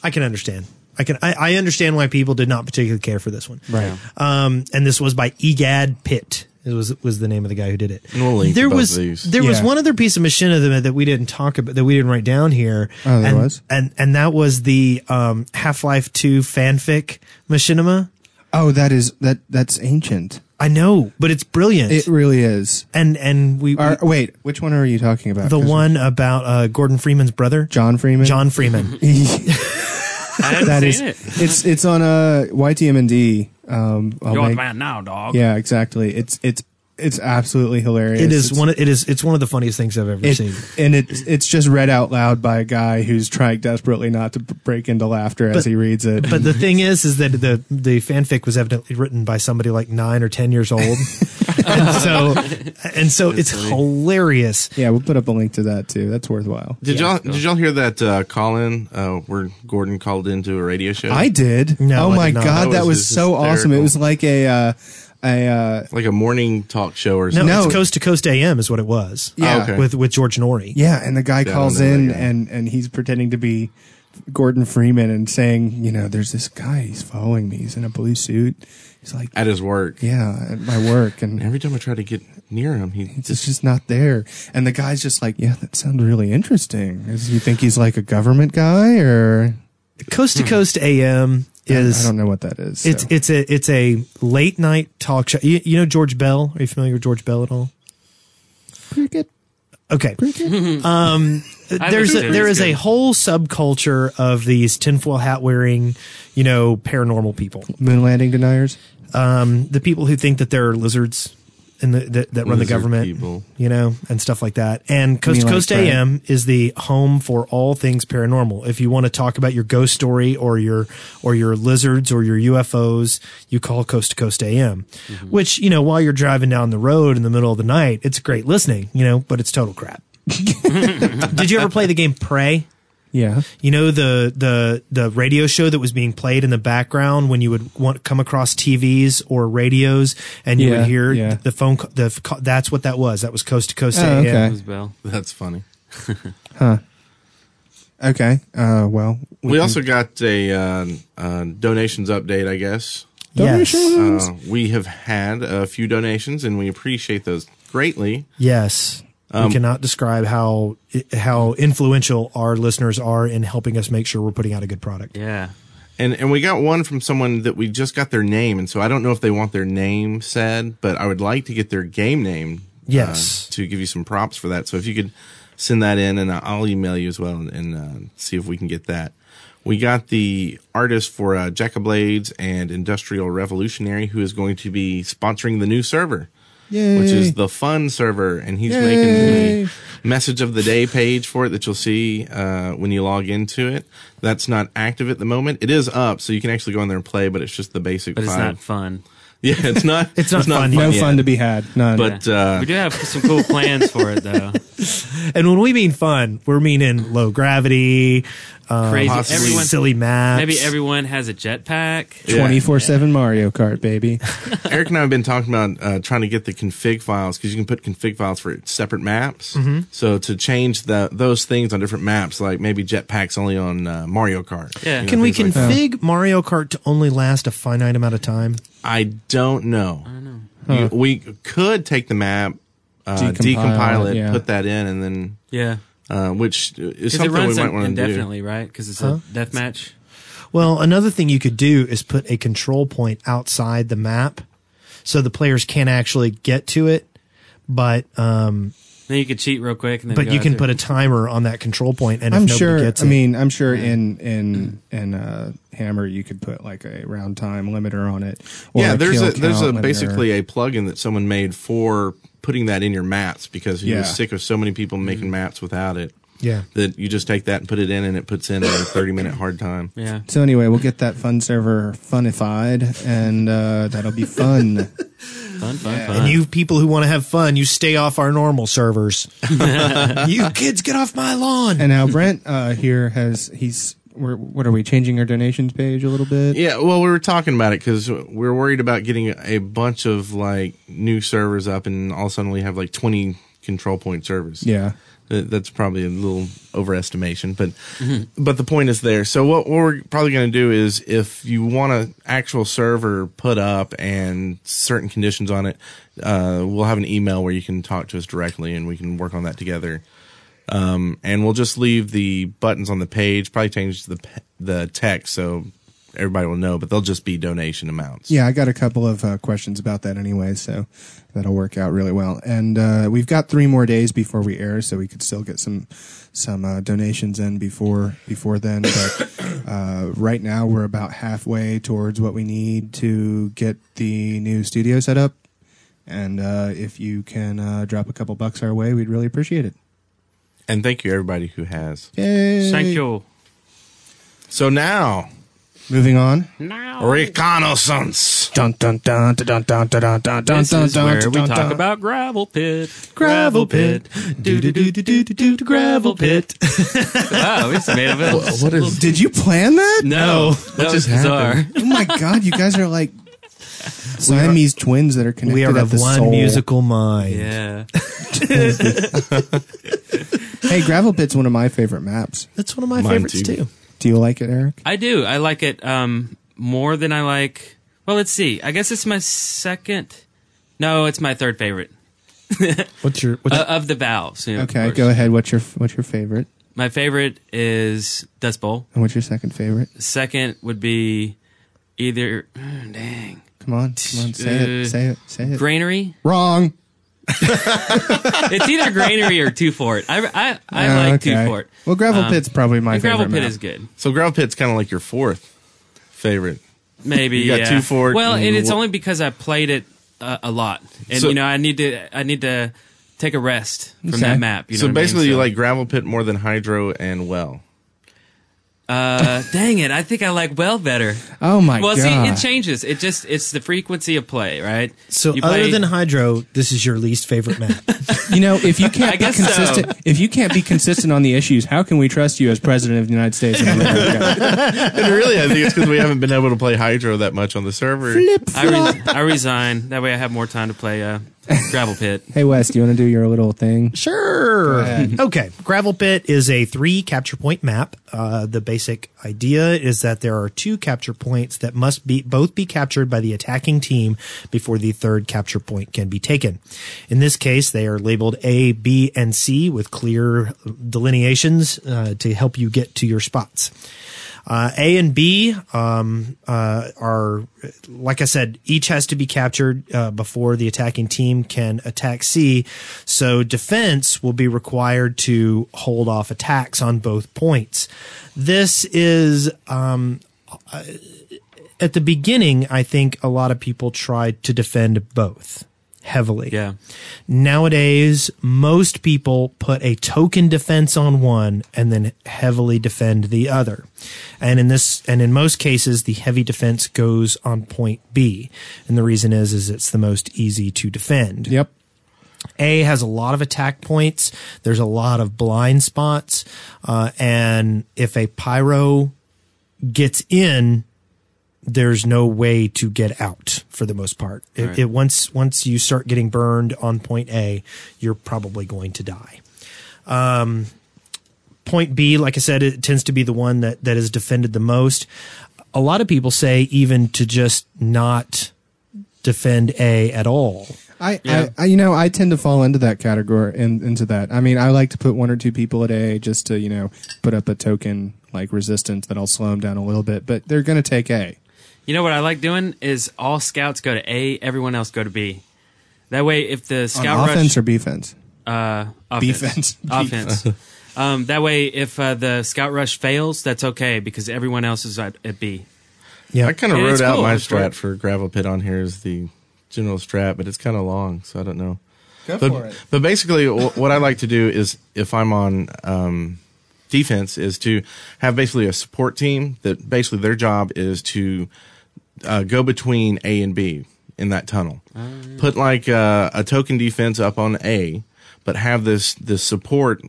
I can understand. I can I, I understand why people did not particularly care for this one.
Right.
Um, and this was by Egad Pitt. It was was the name of the guy who did it.
And we'll link to
there
both
was
of these.
there was
Yeah.
one other piece of machinima that we didn't talk about that we didn't write down here.
Oh, there
and,
was?
and and that was the um, Half Life Two fanfic machinima.
Oh, that is that that's ancient.
I know, but it's brilliant.
It really is.
and and we,
Or,
we-
wait, which one are you talking about?
the
'Cause *laughs*
*laughs*
one about uh, Gordon Freeman's brother
John Freeman.
John
*laughs*
Freeman.
I hadn't
that is
seen it.
*laughs* it's it's on uh, a YTMND. Um, I'll
You're
make-
the man now, dog.
yeah, exactly. It's it's it's absolutely hilarious.
it is
It's-
one. It is it's one of the funniest things I've ever
It,
seen.
and it's it's just read out loud by a guy who's trying desperately not to b- break into laughter as
But-
he reads it.
But the thing is, is that the the fanfic was evidently written by somebody like nine or ten
*laughs*
years old, and so and so it's hilarious.
yeah, we'll put up a link to that too. That's worthwhile.
Did y'all did y'all hear that uh, call in uh, where Gordon called into a radio show?
I did.
No,
oh
I
my
did not.
god,
That
that was,
was
so
hysterical.
awesome. It was like a uh, a uh,
like a morning talk show or
No,
something.
No.
it's coast to coast AM is what it was.
Yeah.
okay.
with with George Nori.
yeah, and the guy
don't
calls
know that
in
guy.
and and he's pretending to be Gordon Freeman and saying, you know, there's this guy he's following me. He's in a blue suit. He's like,
At his work.
yeah, at my work and
And every time I try to get near him, he
It's
just
just not there. And the guy's just like, yeah, that sounds really interesting. Is you think he's like a government guy or
Coast to coast AM
Hmm. I-
is.
I, don't know what that is.
It's
so.
it's a it's a late night talk show. You, you know George Bell? Are you familiar with George Bell at all?
pretty good.
Okay. *laughs* Um,
I
there's a,
listened to it.
there
It's
is a
good.
whole subculture of these tinfoil hat wearing, you know, paranormal people.
Moon landing deniers.
the people who think that there are lizards in the, that, that run the
Lizard
government,
people.
you know, and stuff like that. And Coast
mean
to
like
Coast
Fred?
AM is the home for all things paranormal. If you want to talk about your ghost story or your or your lizards or your UFOs, you call Coast to Coast AM,
Mm-hmm.
which you know while you're driving down the road in the middle of the night, it's great listening, you know, but it's total crap. *laughs* Did you ever play the game Prey?
Yeah.
You know the the the radio show that was being played in the background when you would want come across TVs or radios and you
Yeah,
would hear
yeah.
the phone ca- the f- ca- that's what that was that was coast to coast
Oh,
AM.
okay.
It was Bell.
that's funny.
Okay. Uh, well,
We, also got a uh, uh, donations update, I guess.
Yes.
Uh, we have had a few donations, and we appreciate those greatly.
Yes.
Um,
we cannot describe how how influential our listeners are in helping us make sure we're putting out a good product.
Yeah.
And and we got one from someone that we just got their name, and so I don't know if they want their name said, but I would like to get their game name. uh,
Yes.
to give you some props for that. So if you could send that in, and I'll email you as well, and, and uh, see if we can get that. We got the artist for uh, Blades and Industrial Revolutionary, who is going to be sponsoring the new server,
Yay.
which is the fun server, and he's
Yay.
making the message of the day page for it that you'll see uh, when you log into it. That's not active at the moment. It is up, so you can actually go in there and play, but it's just the basic.
But it's
five.
not fun.
*laughs* Yeah, it's not.
It's not fun
no
yet.
fun to be had. None.
But uh,
we do have some cool plans for it though.
And when we mean fun, we're meaning low gravity, um,
Crazy.
Possibly.
Everyone,
silly maps.
maybe everyone has a jetpack.
yeah.
twenty four seven Mario Kart, baby.
Eric and I have been talking about uh, trying to get the config files because you can put config files for separate maps.
Mm-hmm.
So to change the those things on different maps, like maybe jetpacks only on uh, Mario Kart.
Yeah.
Can we
things like-
config Mario Kart to only last a finite amount of time?
I don't know. I know. we could take the map, uh,
Decompile
decompile,
it,
it,
yeah.
put that in, and then
Yeah.
uh, which is
Because it
something
runs
we might
in-
want to do.
indefinitely, right? Because it's a death match.
Well, another thing you could do is put a control point outside the map, so the players can't actually get to it. But um,
Then you could cheat real quick, and then
but
go
you can
after
put
it.
a timer on that control point, and if
I'm
nobody
sure.
gets
I
it,
mean, I'm sure in in in uh, Hammer you could put like a round time limiter on it. or
yeah, there's
kill
a there's a
count limiter.
basically a plugin that someone made for putting that in your maps because he
Yeah. Mm-hmm.
was sick of so many people making maps without it.
yeah.
that you just take that and put it in and it puts in a 30 minute hard time.
Yeah.
So anyway, we'll get that fun server funified, and uh, that'll be fun.
Fun, fun, fun.
uh,
And you people who want to have fun, you stay off our normal servers. you kids, get off my lawn.
and now Brent uh, here has he's we're, what are we changing our donations page a little bit?
Yeah, well, we were talking about it because we are worried about getting a bunch of like new servers up and all of a sudden we have like 20 control point servers.
Yeah.
That- Uh, That's probably a little overestimation, but but the point is there. So what we're probably going to do is, if you want an actual server put up and certain conditions on it, uh, we'll have an email where you can talk to us directly, and we can work on that together. Um, and we'll just leave the buttons on the page. Probably change the pe- the text so everybody will know, but they'll just be donation amounts.
Yeah, I got a couple of uh, questions about that anyway, so that'll work out really well. And uh, we've got three more days before we air, so we could still get some some uh, donations in before before then. But *coughs* uh, right now, we're about halfway towards what we need to get the new studio set up. And uh, if you can uh, drop a couple bucks our way, we'd really appreciate it.
And thank you everybody who has.
Yay!
Thank you.
So now,
Moving on.
reconnaissance.
Dun dun dun dun dun dun dun dun dun
This
dun
is where
dun
we
dun
talk
dun.
about gravel pit.
Gravel pit.
Do do do do do do do gravel pit. wow, we just made
*laughs*
up. a-
What is
Did you plan that?
No, that was
just happened?
bizarre.
*laughs* Oh my god, you guys are
*laughs*
like Siamese twins that are connected
we are
at
of
the
one
soul.
musical mind.
Yeah.
Hey, Gravel Pit's one of my favorite maps.
That's one of my
Mine
favorites
too.
too.
Do you like it, Eric?
I do. I like it um, more than I like. Well, let's see. I guess it's my second. No, it's my third favorite
What's your what's
uh, of the valves. you know, of
Okay,
course.
go ahead. What's your what's your favorite?
My favorite is Dust Bowl.
And what's your second favorite?
Second would be either mm, dang
Come on, come on, say it,
Uh,
say it, say it.
Granary.
Wrong.
It's
*laughs*
either Granary or Two Fort. I I, I
Oh,
like
okay.
Two Fort.
Well, Gravel Pit's probably my
The
favorite.
gravel pit
map.
is good.
so? Growl Pit's kind of like your fourth favorite.
Maybe
You got
yeah.
two fork
Well,
and
and it's
wha-
only because I played it uh, a lot, and
So-
you know I need to I need to take a rest from
Okay.
that map. You know
so
what I mean?
basically, you like Gravel Pit more than Hydro and Well.
Uh, dang it! I think I like well better.
Oh my
well,
god.
see, it changes. It just it's the frequency of play, right?
so
You
other
play-
than Hydro, this is your least favorite map.
you know, if
*laughs*
you
I
can't be
guess so.
consistent, if you can't be consistent on the issues, how can we trust you as president of the United States of America?
And really, I think it's because we haven't been able to play Hydro that much on the server.
*laughs* I, re- I resign. That way, I have more time to play uh, gravel pit.
hey, Wes, do you want to do your little
*laughs*
thing?
Sure. Okay. Gravel Pit is a three capture point map. Uh, the basic idea is that there are two capture points that must be both be captured by the attacking team before the third capture point can be taken. In this case, they are labeled A, B, and C with clear delineations uh, to help you get to your spots. Uh, A and B um, uh, are, like I said, each has to be captured uh, before the attacking team can attack C. So defense will be required to hold off attacks on both points. This is um, at the beginning, I think a lot of people tried to defend both heavily.
Yeah.
Nowadays, most people put a token defense on one and then heavily defend the other. And in this, and in most cases, the heavy defense goes on point B. And the reason is, is it's the most easy to defend.
Yep.
A has a lot of attack points. There's a lot of blind spots. Uh, and if a pyro gets in, there's no way to get out for the most part. It,
Right.
it once once you start getting burned on point A, you're probably going to die. Um, point B, like I said, it tends to be the one that that is defended the most. A lot of people say even to just not defend A at all.
I,
Yeah.
I, I, you know, I tend to fall into that category and into that. I mean, I like to put one or two people at A just to, you know, put up a token like resistance that'll slow them down a little bit, but they're going to take A.
You know what I like doing is all scouts go to A, everyone else go to B. That way, if the
On
scout
offense
rush,
or defense?
uh,
Defense. *laughs*
offense, offense. um, that way, if uh, the scout rush fails, that's okay because everyone else is at, at B.
Yeah,
I kind of
And
wrote
it's
out
cool.
my
It's
strat
work.
for gravel pit on here is the general strat, but it's kind of long, so I don't know.
Go
but,
for it.
but basically, wh- what I like to do is if I'm on um, defense, is to have basically a support team that basically their job is to uh, go between A and B in that tunnel. Put like uh, a token defense up on A, but have this this support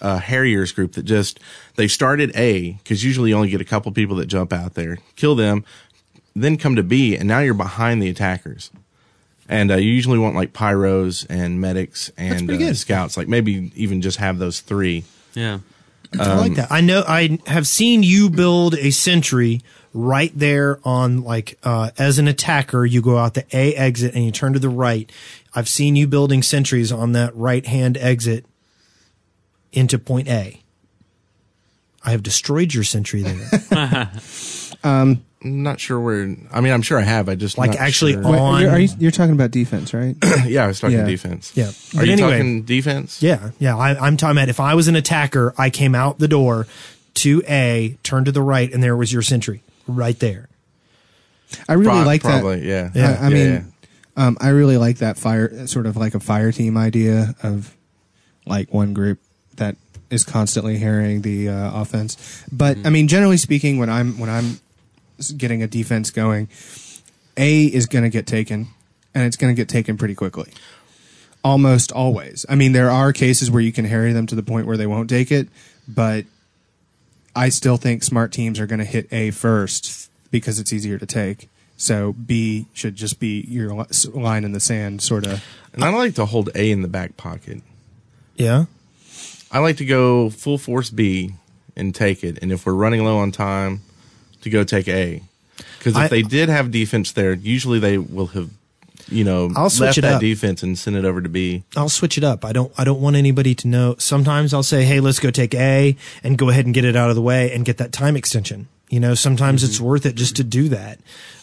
uh, Harriers group that just they started A because usually you only get a couple people that jump out there, kill them, then come to B, and now you're behind the attackers. And uh, you usually want like pyros and medics and
pretty
uh,
good.
scouts, like maybe even just have those three.
Yeah.
I like that. I know I have seen you build a sentry right there on like uh, as an attacker. You go out the A exit and you turn to the right. I've seen you building sentries on that right hand exit into point A. I have destroyed your sentry there,
I'm not sure where. I mean, I'm sure I have. I just
like
not
actually
sure.
Wait,
on.
you're, are you, you're talking about defense, right?
*laughs* yeah, I was talking
Yeah.
defense.
Yeah.
Are
But
you
anyway-
talking defense?
Yeah, yeah. I, I'm talking about if I was an attacker, I came out the door to A, turned to the right, and there was your sentry right there.
I really
Pro-
like
probably,
that.
yeah.
I- I,
Yeah,
mean,
yeah.
Um, I really like that fire, sort of like a fire team idea of like one group that is constantly harrying the uh, offense. But
Mm.
I mean, generally speaking, when I'm when I'm s- getting a defense going, A is going to get taken, and it's going to get taken pretty quickly. Almost always. I mean, there are cases where you can harry them to the point where they won't take it, but I still think smart teams are going to hit A first because it's easier to take. So B should just be your li- s- line in the sand, sort of.
And I like to hold A in the back pocket.
Yeah.
I like to go full force B and take it. And if we're running low on time, to go take A. Because if
I-
they did have defense there, usually they will have, you know,
I'll switch
left
it
that
up.
defense and sent it over to B.
I'll switch it up. I don't I don't want anybody to know. Sometimes I'll say, "Hey, let's go take A and go ahead and get it out of the way and get that time extension." You know, sometimes
Mm-hmm.
it's worth it just to do that.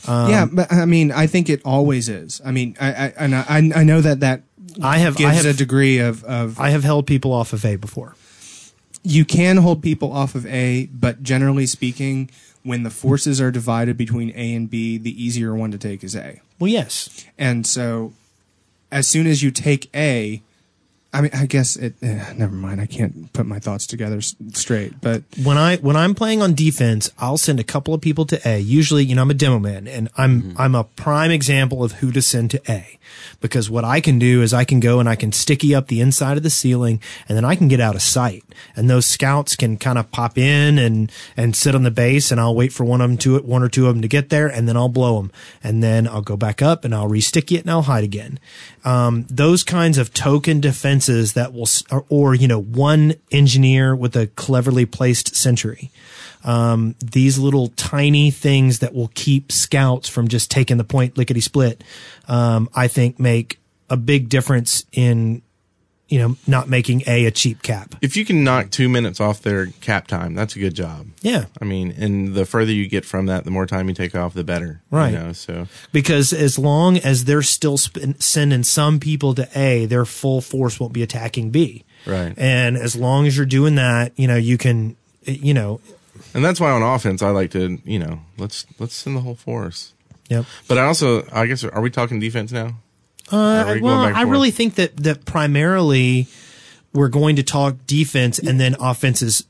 Um,
yeah, but I mean, I think it always is. I mean, I, I and I, I know that that
I have
gives
I have
a degree of of
I have held people off of A before.
you can hold people off of A, but generally speaking, when the forces are divided between A and B, the easier one to take is A.
Well, yes.
And so, as soon as you take A, I mean, I guess it. Eh, never mind. I can't put my thoughts together s- straight. But
When I when I'm playing on defense, I'll send a couple of people to A. Usually, you know, I'm a demo man and I'm I'm a prime example of who to send to A. Because what I can do is I can go and I can sticky up the inside of the ceiling and then I can get out of sight. And those scouts can kind of pop in and and sit on the base and I'll wait for one of them to one or two of them to get there and then I'll blow them and then I'll go back up and I'll restick it and I'll hide again. Um, those kinds of token defenses that will s- or, or you know one engineer with a cleverly placed sentry. Um, these little tiny things that will keep scouts from just taking the point lickety split, um, I think make a big difference in you know, not making A a cheap cap.
If you can knock two minutes off their cap time, that's a good job.
Yeah.
I mean, and the further you get from that, the more time you take off, the better.
Right.
You know, so
Because as long as they're still sp- sending some people to A, their full force won't be attacking B.
Right.
And as long as you're doing that, you know, you can, you know,
and that's why on offense I like to, you know, let's let's send the whole force.
yep.
But I also I guess are we talking defense now? Are
Uh,
we going
well,
back and
I
forth?
really think that that primarily we're going to talk defense and then offenses,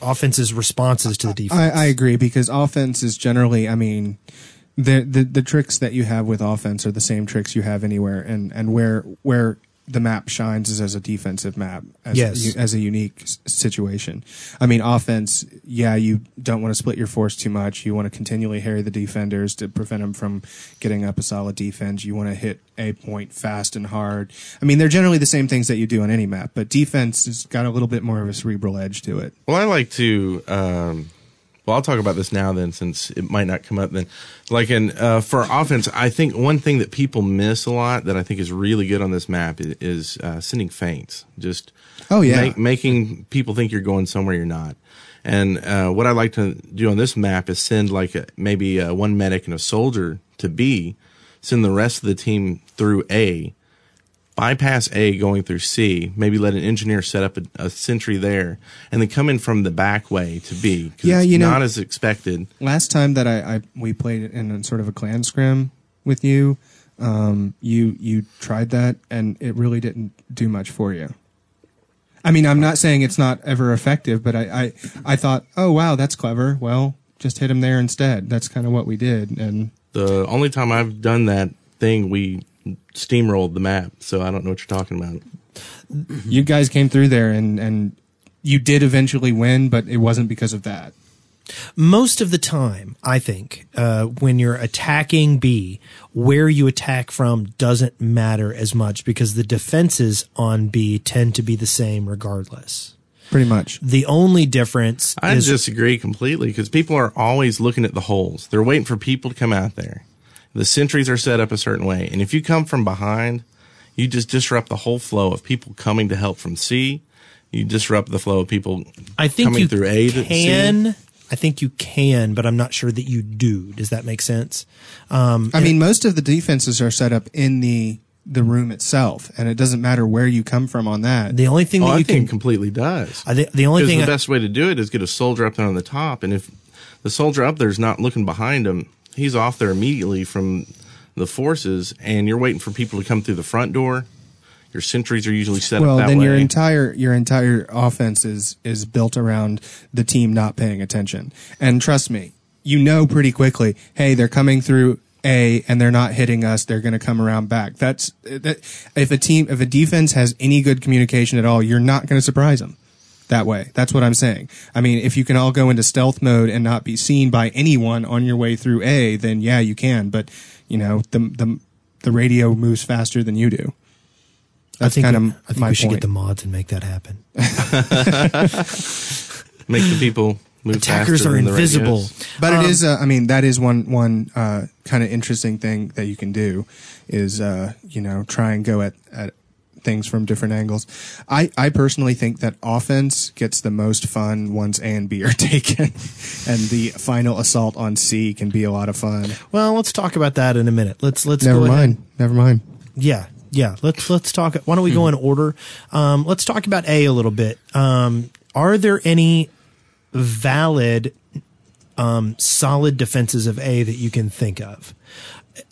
offenses responses to the defense.
I, I agree because offense is generally, I mean, the, the the tricks that you have with offense are the same tricks you have anywhere, and and where where the map shines is as a defensive map, as
Yes.
u- as a unique s- situation. I mean, offense, yeah, you don't want to split your force too much. You want to continually harry the defenders to prevent them from getting up a solid defense. You want to hit a point fast and hard. I mean, they're generally the same things that you do on any map, but defense has got a little bit more of a cerebral edge to it.
Well, I like to. Um, well, I'll talk about this now then, since it might not come up then. Like in uh, for offense, I think one thing that people miss a lot that I think is really good on this map is, is uh, sending feints. Just
Oh, yeah.
making people think you're going somewhere you're not. And uh, what I like to do on this map is send like a, maybe uh one medic and a soldier to B, send the rest of the team through A, bypass A going through C, maybe let an engineer set up a, a sentry there, and then come in from the back way to B. 'cause
Yeah,
it's
you know-
not as expected.
last time that I, I we played it in a sort of a clan scrim with you, um, you you tried that and it really didn't do much for you. I mean, I'm not saying it's not ever effective, but I I, I thought, oh wow, that's clever. Well, just hit him there instead. That's kind of what we did, and
The only time I've done that thing, we steamrolled the map. So I don't know what you're talking about.
you guys came through there and and you did eventually win, but it wasn't because of that.
most of the time, I think, uh, when you're attacking B, where you attack from doesn't matter as much because the defenses on B tend to be the same regardless.
Pretty much.
The only difference
I
is
disagree completely because people are always looking at the holes. They're waiting for people to come out there. The sentries are set up a certain way. And if you come from behind, you just disrupt the whole flow of people coming to help from C. You disrupt the flow of people
I think
coming
you
through A to C.
can. I think you can, but I'm not sure that you do. Does that make sense? Um,
I mean, most of the defenses are set up in the the room itself, and it doesn't matter where you come from on that.
the only thing
Oh,
that
I
you
think it
can.
completely does.
I think the only
Because
thing
the
I-
best way to do it is get a soldier up there on the top, and if the soldier up there is not looking behind him, he's off there immediately from the forces, and you're waiting for people to come through the front door. Your sentries are usually set
well
up that
then
way.
your entire your entire offense is is built around the team not paying attention and trust me you know pretty quickly hey they're coming through a and they're not hitting us they're going to come around back that's that if a team if a defense has any good communication at all you're not going to surprise them that way that's what i'm saying i mean if you can all go into stealth mode and not be seen by anyone on your way through a then yeah you can but you know the the the radio moves faster than you do
I
that's
think,
kind of
we, I think
my
we should
point.
get the mods and make that happen.
Make the people move.
Attackers
faster
are
than the
invisible. Um,
radios.
But it is, uh, I mean, that is one one uh, kind of interesting thing that you can do is uh, you know try and go at at things from different angles. I I personally think that offense gets the most fun once A and B *laughs* are taken, and the final assault on C can be a lot of fun.
Well, let's talk about that in a minute. Let's let's
Never
go ahead.
mind, never mind.
Yeah, yeah. Let's let's talk. Why don't we go in order? Um, let's talk about A a little bit. Um, are there any valid, um, solid defenses of A that you can think of?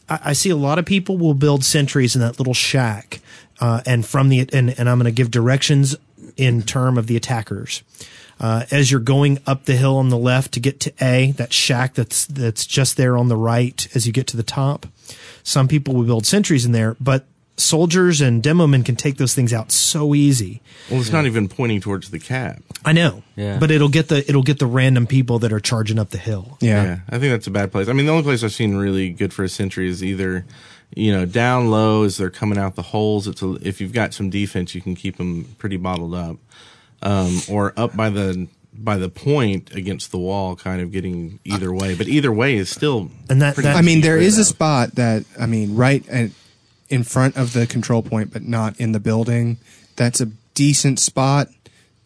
I, I see a lot of people will build sentries in that little shack, uh, and from the and and I'm going to give directions in term of the attackers. Uh, as you're going up the hill on the left to get to A, that shack that's that's just there on the right as you get to the top. Some people will build sentries in there, but soldiers and demo men can take those things out so easy.
Well, it's not even pointing towards the cap.
I know,
Yeah.
but it'll get the it'll get the random people that are charging up the hill.
Yeah.
I think that's a bad place. I mean, the only place I've seen really good for a sentry is either, you know, down low as they're coming out the holes. It's a, if you've got some defense, you can keep them pretty bottled up, um, or up by the by the point against the wall, kind of getting either way. But either way is still
And that-
pretty
that-
I
easy
mean, there
to
is a
grab.
spot that I mean, right at, in front of the control point, but not in the building. that's a decent spot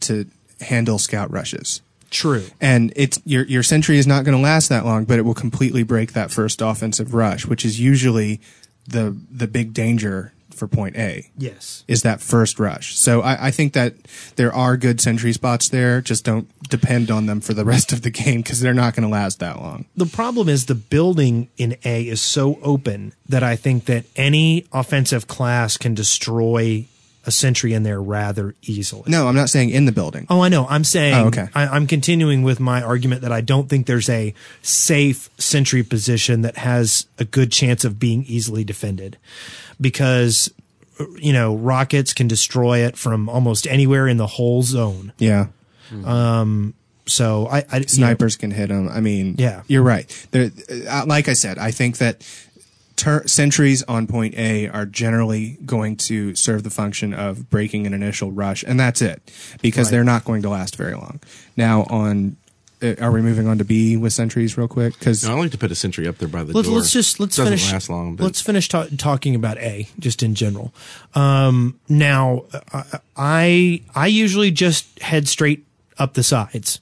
to handle scout rushes.
True.
And it's your your sentry is not going to last that long, but it will completely break that first offensive rush, which is usually the the big danger for point A.
Yes.
Is that first rush. So I, I think that there are good sentry spots there. Just don't depend on them for the rest of the *laughs* game because they're not going to last that long.
The problem is the building in A is so open that I think that any offensive class can destroy a sentry in there rather easily.
No, I'm not saying in the building.
Oh, I know. I'm saying
Oh, okay.
I, I'm continuing with my argument that I don't think there's a safe sentry position that has a good chance of being easily defended because you know rockets can destroy it from almost anywhere in the whole zone.
Yeah.
Um, so I, I you know-
snipers can hit them. I mean,
Yeah.
you're right. There, uh, like I said, I think that ter- sentries on point A are generally going to serve the function of breaking an initial rush, and that's it because
Right.
they're not going to last very long. Now on. uh, Are we moving on to B with sentries real quick? Because
No, I like to put a sentry up there by the
Let's,
door.
let's just let's
Doesn't
finish.
last long. But
Let's finish ta- talking about A just in general. Um, now, I, I I usually just head straight up the sides.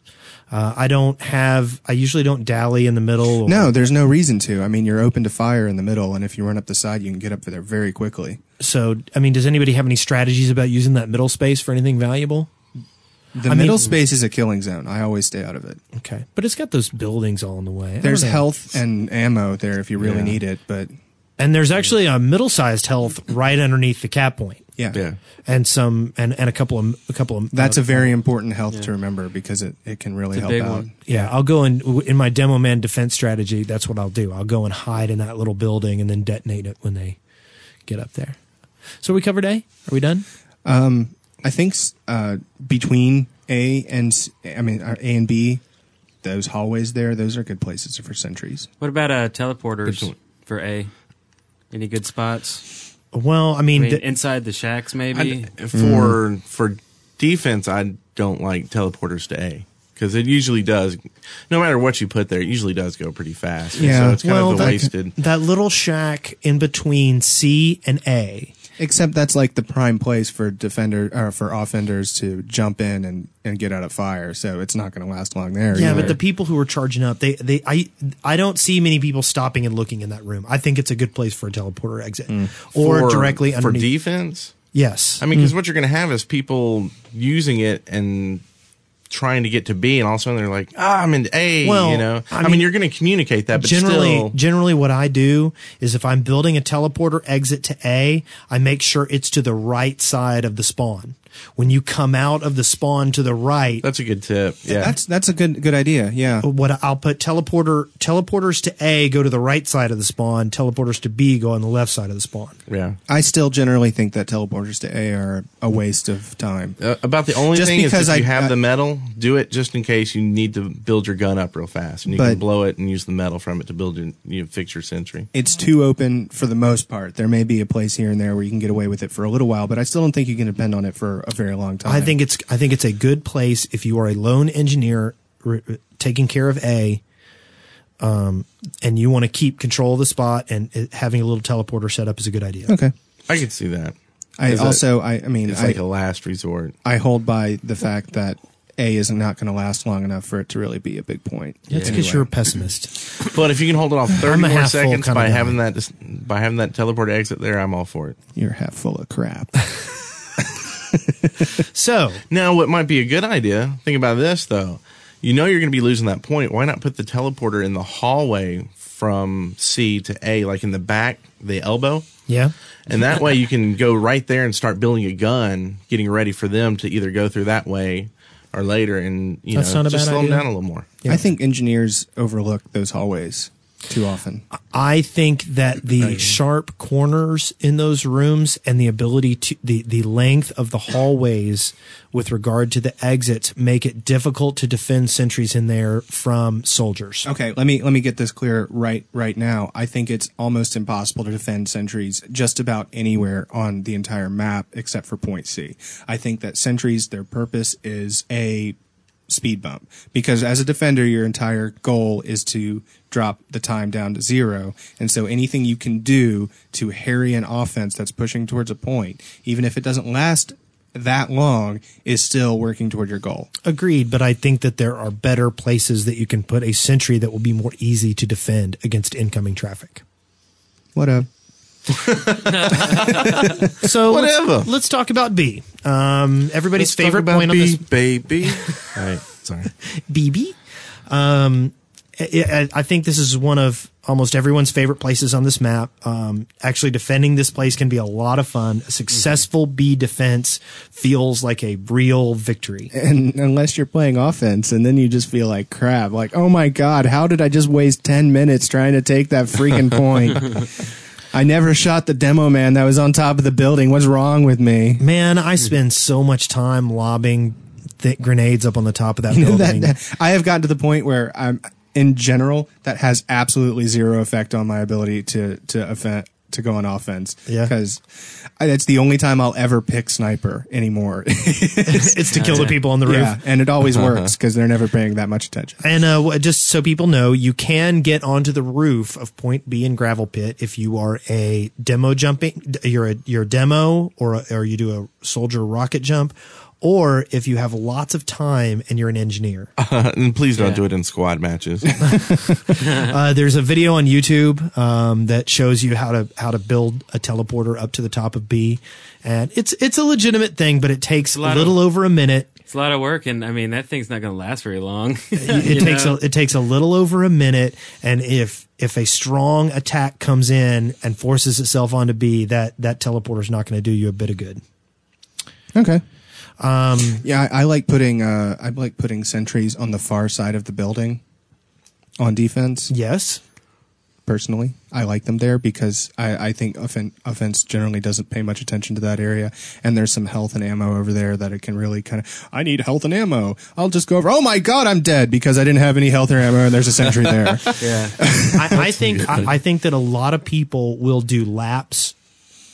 Uh, I don't have. I usually don't dally in the middle. Or,
no, there's no reason to. I mean, you're open to fire in the middle, and if you run up the side, you can get up there very quickly.
So I mean, does anybody have any strategies about using that middle space for anything valuable?
The
I mean-
middle space is a killing zone. I always stay out of it.
Okay, but it's got those buildings all in the way. I don't
There's
know.
health and ammo there if you really
Yeah.
need it, but
and there's actually a middle-sized health right underneath the cap point,
yeah,
and some and and a couple of a couple of
That's
uh,
a very important health to remember because it, it can really
It's a
help
big
out.
one.
Yeah, I'll go in in my demo man defense strategy. That's what I'll do. I'll go and hide in that little building and then detonate it when they get up there. So we covered A. Are we done?
I think s- uh, between A and s- I mean uh, A and B, those hallways there, those are good places for sentries.
What about uh, teleporters
Good
for A? Any good spots?
Well, I
I
mean,
mean,
th-
inside the shacks, maybe.
I-
Mm-hmm.
for for defense, I don't like teleporters to A because it usually does. No matter what you put there, it usually does go pretty fast. And
Yeah.
so it's kind
well,
of the
that,
wasted.
that little shack in between C and A.
Except that's like the prime place for defender or for offenders to jump in and, and get out of fire. So it's not going to last long there.
Yeah,
either.
but the people who are charging up, they they I I don't see many people stopping and looking in that room. I think it's a good place for a teleporter exit or
Mm. For-
directly
for
underneath. Mm.
defense.
yes,
I mean, because what you're going to have is people using it and trying to get to B, and all of a sudden they're like, "Ah, I'm in A."
Well,
you know,
I
I mean,
mean,
you're going to communicate that, but
generally
still,
generally what I do is if I'm building a teleporter exit to A, I make sure it's to the right side of the spawn. When you come out of the spawn to the right,
that's a good tip. Yeah,
that's that's a good good idea. Yeah,
what I'll put teleporter teleporters to A go to the right side of the spawn, teleporters to B go on the left side of the spawn.
yeah.
I still generally think that teleporters to A are a waste of time.
Uh, about the only
Just
thing is
because
if you
I-
have
I-
the metal, do it just in case you need to build your gun up real fast, and you
But-
can blow it and use the metal from it to build your you know, fix your sentry.
it's too open for the most part. There may be a place here and there where you can get away with it for a little while, but I still don't think you can depend on it for a very long time.
I think it's I think it's a good place if you are a lone engineer r- r- taking care of A, um, and you want to keep control of the spot and uh, having a little teleporter set up is a good idea.
okay.
I could see that.
I
Is it-
also, I, I mean,
It's
I,
like a last resort.
I hold by the fact that A is not going to last long enough for it to really be a big point.
That's because
Anyway.
you're a pessimist.
But if you can hold it off
I'm
thirty
a
more
half full
seconds
kinda
by
guy.
having that dis- by having that teleport exit there, I'm all for it.
you're half full of
*laughs*
crap.
So
Now, what might be a good idea? Think about this though. You know you're going to be losing that point. Why not put the teleporter in the hallway from C to A, like in the back, the elbow?
yeah,
And that way you can go right there and start building a gun, getting ready for them to either go through that way or later and you
That's
know
not a
just
bad
slow
idea.
them down a little more.
I think engineers overlook those hallways too often.
I think that the sharp corners in those rooms and the ability to the the length of the hallways with regard to the exits make it difficult to defend sentries in there from soldiers.
Okay, let me let me get this clear right right now. I think it's almost impossible to defend sentries just about anywhere on the entire map except for point C. I think that sentries their purpose is a speed bump because as a defender your entire goal is to drop the time down to 0 and so anything you can do to harry an offense that's pushing towards a point even if it doesn't last that long is still working toward your goal.
Agreed, but I think that there are better places that you can put a sentry that will be more easy to defend against incoming traffic.
What up?
So let's- Let's,
Whatever.
talk about B. Um, everybody's
Let's talk
favorite
about
point on
B,
this *laughs*
baby. All right, sorry.
BB. Um, I, I I think this is one of almost everyone's favorite places on this map. Um, actually, defending this place can be a lot of fun. A successful B defense feels like a real victory.
And unless you're playing offense, and then you just feel like crap. Like, oh my god, how did I just waste ten minutes trying to take that
*laughs*
freaking point? I never shot the demo man that was on top of the building. What's wrong with me?
Man, I spend so much time lobbing th- grenades up on the top of that
You know,
building.
*laughs* that, that- I have gotten to the point where I'm in general that has absolutely zero effect on my ability to to offend to go on offense.
Yeah.
because that's the only time I'll ever pick sniper anymore.
*laughs*
*laughs*
it's to kill the people on the roof.
yeah, and
*laughs*
it always works because they're never paying that much attention.
And uh, wh- just so people know, you can get onto the roof of Point B and Gravel Pit if you are a demo jumping. d- You're a you're a demo or a, or you do a soldier rocket jump, or if you have lots of time and you're an
*laughs*
engineer.
*laughs* and please don't do it in squad *laughs* matches.
Uh, there's a video on YouTube um, that shows you how to how to build a teleporter up to the top of B, and it's it's a legitimate thing, but it takes a,
lot of-
little over a minute.
It's a lot of work, and I mean that thing's not going to last very long.
*laughs*
*laughs*
it takes a, it takes a little over a minute, and if if a strong attack comes in and forces itself onto B, that that teleporter's not going to do you a bit of good.
Okay. Um, yeah, I, I like putting uh, I like putting sentries on the far side of the building on defense.
Yes,
personally. I like them there because I, I think offen- offense generally doesn't pay much attention to that area. And there's some health and ammo over there that it can really kind of, I need health and ammo. I'll just go over, oh my God, I'm dead because I didn't have any health or ammo and there's a sentry there.
I, I think I, I think that a lot of people will do laps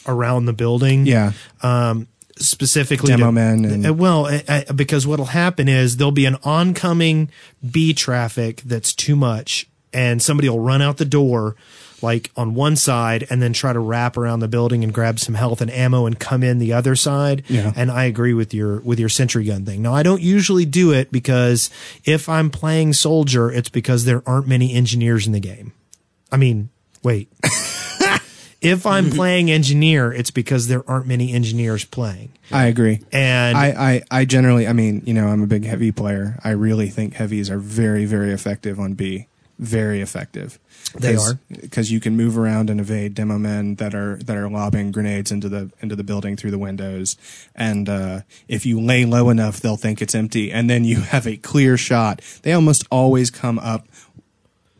around the building.
yeah.
um, specifically
Demo
to-
men and-
Uh, well, uh, uh, because what'll happen is there'll be an oncoming B traffic that's too much, and somebody will run out the door, like on one side, and then try to wrap around the building and grab some health and ammo and come in the other side.
Yeah.
And I agree with your with your sentry gun thing. Now I don't usually do it because if I'm playing soldier, it's because there aren't many engineers in the game. I mean,
*laughs*
wait. if I'm playing engineer, it's because there aren't many engineers playing.
I agree.
And
I, I, I generally, I mean, you know, I'm a big heavy player. I really think heavies are very, very effective on B. Very effective.
They are.
because you can move around and evade demo men that are that are lobbing grenades into the into the building through the windows. And uh, if you lay low enough, they'll think it's empty, and then you *laughs* have a clear shot. They almost always come up.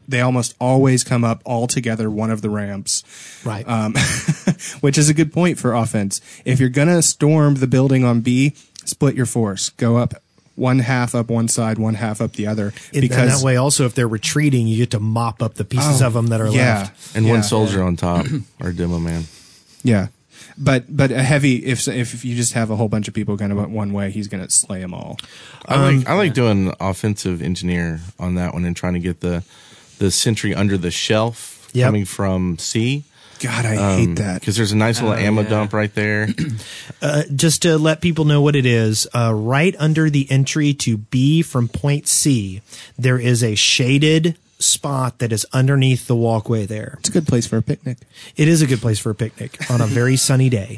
They almost always come up all together one of the ramps
right.
um, *laughs* which is a good point for offense. If you're gonna storm the building on B, split your force. Go up one half up one side, one half up the other.
because that way, also, if they're retreating, you get to mop up the pieces
Oh,
of them that are
yeah,
left.
And
yeah,
one soldier on top, our demo man.
Yeah, but but a heavy. If if you just have a whole bunch of people kind of one way, he's gonna slay them all.
I
Um,
like I like doing offensive engineer on that one and trying to get the the sentry under the shelf
Yep.
coming from C.
God, I
Um,
hate that.
because there's a
Uh,
nice little ammo
yeah.
dump right there.
just to let people know what it is, uh, right under the entry to B from point C, there is a shaded spot that is underneath the walkway there.
It's a good place for a picnic.
It is a good place for a picnic on a very sunny day.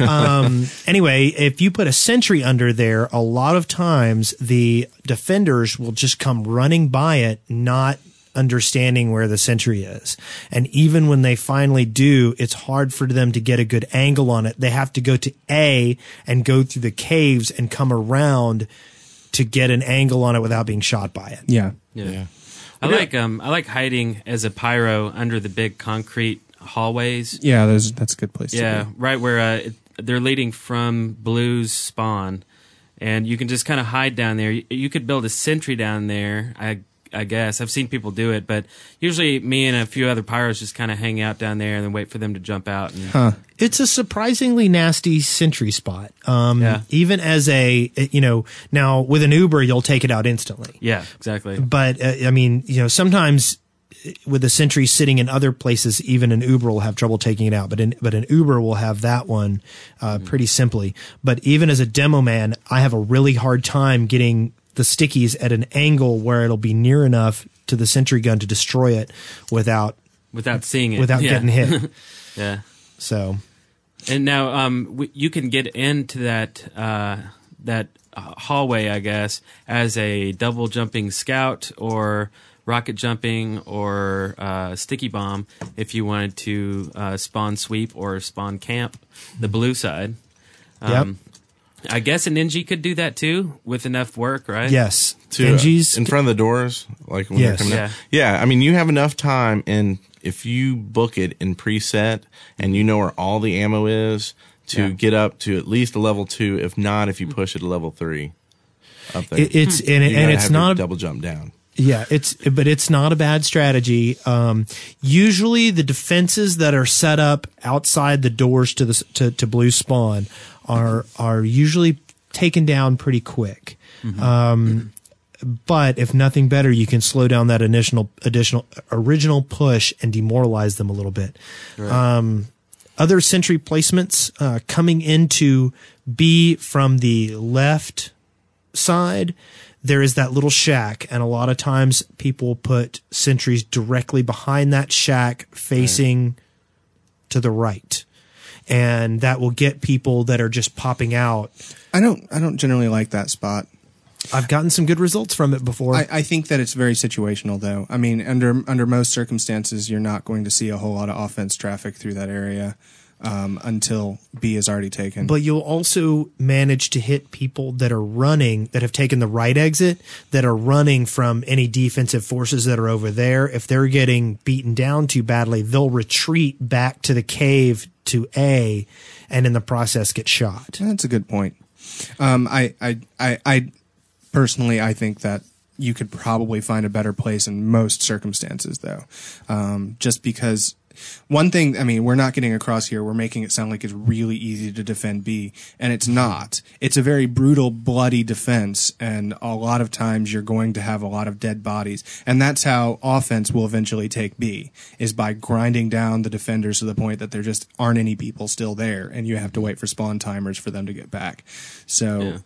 Um, anyway, if you put a sentry under there, a lot of times the defenders will just come running by it, not understanding where the sentry is. And even when they finally do, it's hard for them to get a good angle on it. They have to go to A and go through the caves and come around to get an angle on it without being shot by it.
Yeah.
Yeah. I like um I like hiding as a pyro under the big concrete hallways.
Yeah, those, that's a good place. to
Yeah,
be.
right where uh, it, they're leading from Blue's spawn, and you can just kind of hide down there. You, you could build a sentry down there. I I guess I've seen people do it, but usually me and a few other pyros just kind of hang out down there and then wait for them to jump out. And
it's a surprisingly nasty sentry spot. Um,
Yeah.
Even as a, you know, now with an Uber, you'll take it out instantly.
yeah, exactly.
But uh, I mean, you know, sometimes with a sentry sitting in other places, even an Uber will have trouble taking it out. But in, but an Uber will have that one
Hmm.
uh, pretty simply. But even as a demo man, I have a really hard time getting the stickies at an angle where it'll be near enough to the sentry gun to destroy it without
without seeing it,
without
Yeah.
getting hit.
*laughs* yeah.
So
And now, um, w- you can get into that uh, that uh, hallway, I guess, as a double jumping scout or rocket jumping or uh, sticky bomb if you wanted to uh, spawn sweep or spawn camp the blue side. Um,
Yep.
I guess an NG could do that too with enough work, right?
yes,
to uh,
Benji's
in front of the doors, like when
Yes.
they're coming yeah. yeah, I mean, you have enough time, and if you book it in preset, and you know where all the ammo is to
Yeah.
get up to at least a level two, if not, if you push it to level three, up there.
It- it's and,
Hmm. You
it, and
gotta
it's
have your
not
double jump down.
Yeah, it's but it's not a bad strategy. Um, usually, the defenses that are set up outside the doors to the s- to, to blue spawn are are usually taken down pretty quick.
Mm-hmm.
Um, but if nothing better, you can slow down that initial additional original push and demoralize them a little bit Um, other sentry placements uh, coming into B from the left side. There is that little shack, and a lot of times people put sentries directly behind that shack, facing to the right, and that will get people that are just popping out.
I don't. I don't generally like that spot.
I've gotten some good results from it before.
I, I think that it's very situational, though. I mean, under under most circumstances, you're not going to see a whole lot of offense traffic through that area um, until B is already taken.
but you'll also manage to hit people that are running that have taken the right exit that are running from any defensive forces that are over there if they're getting beaten down too badly they'll retreat back to the cave to a and in the process get shot
That's a good point. Um, I, I, I, I personally, I think that you could probably find a better place in most circumstances, though, um, just because. One thing, I mean, we're not getting across here. We're making it sound like it's really easy to defend B, and it's not. It's a very brutal, bloody defense, and a lot of times you're going to have a lot of dead bodies. And that's how offense will eventually take B, is by grinding down the defenders to the point that there just aren't any people still there, and you have to wait for spawn timers for them to get back. So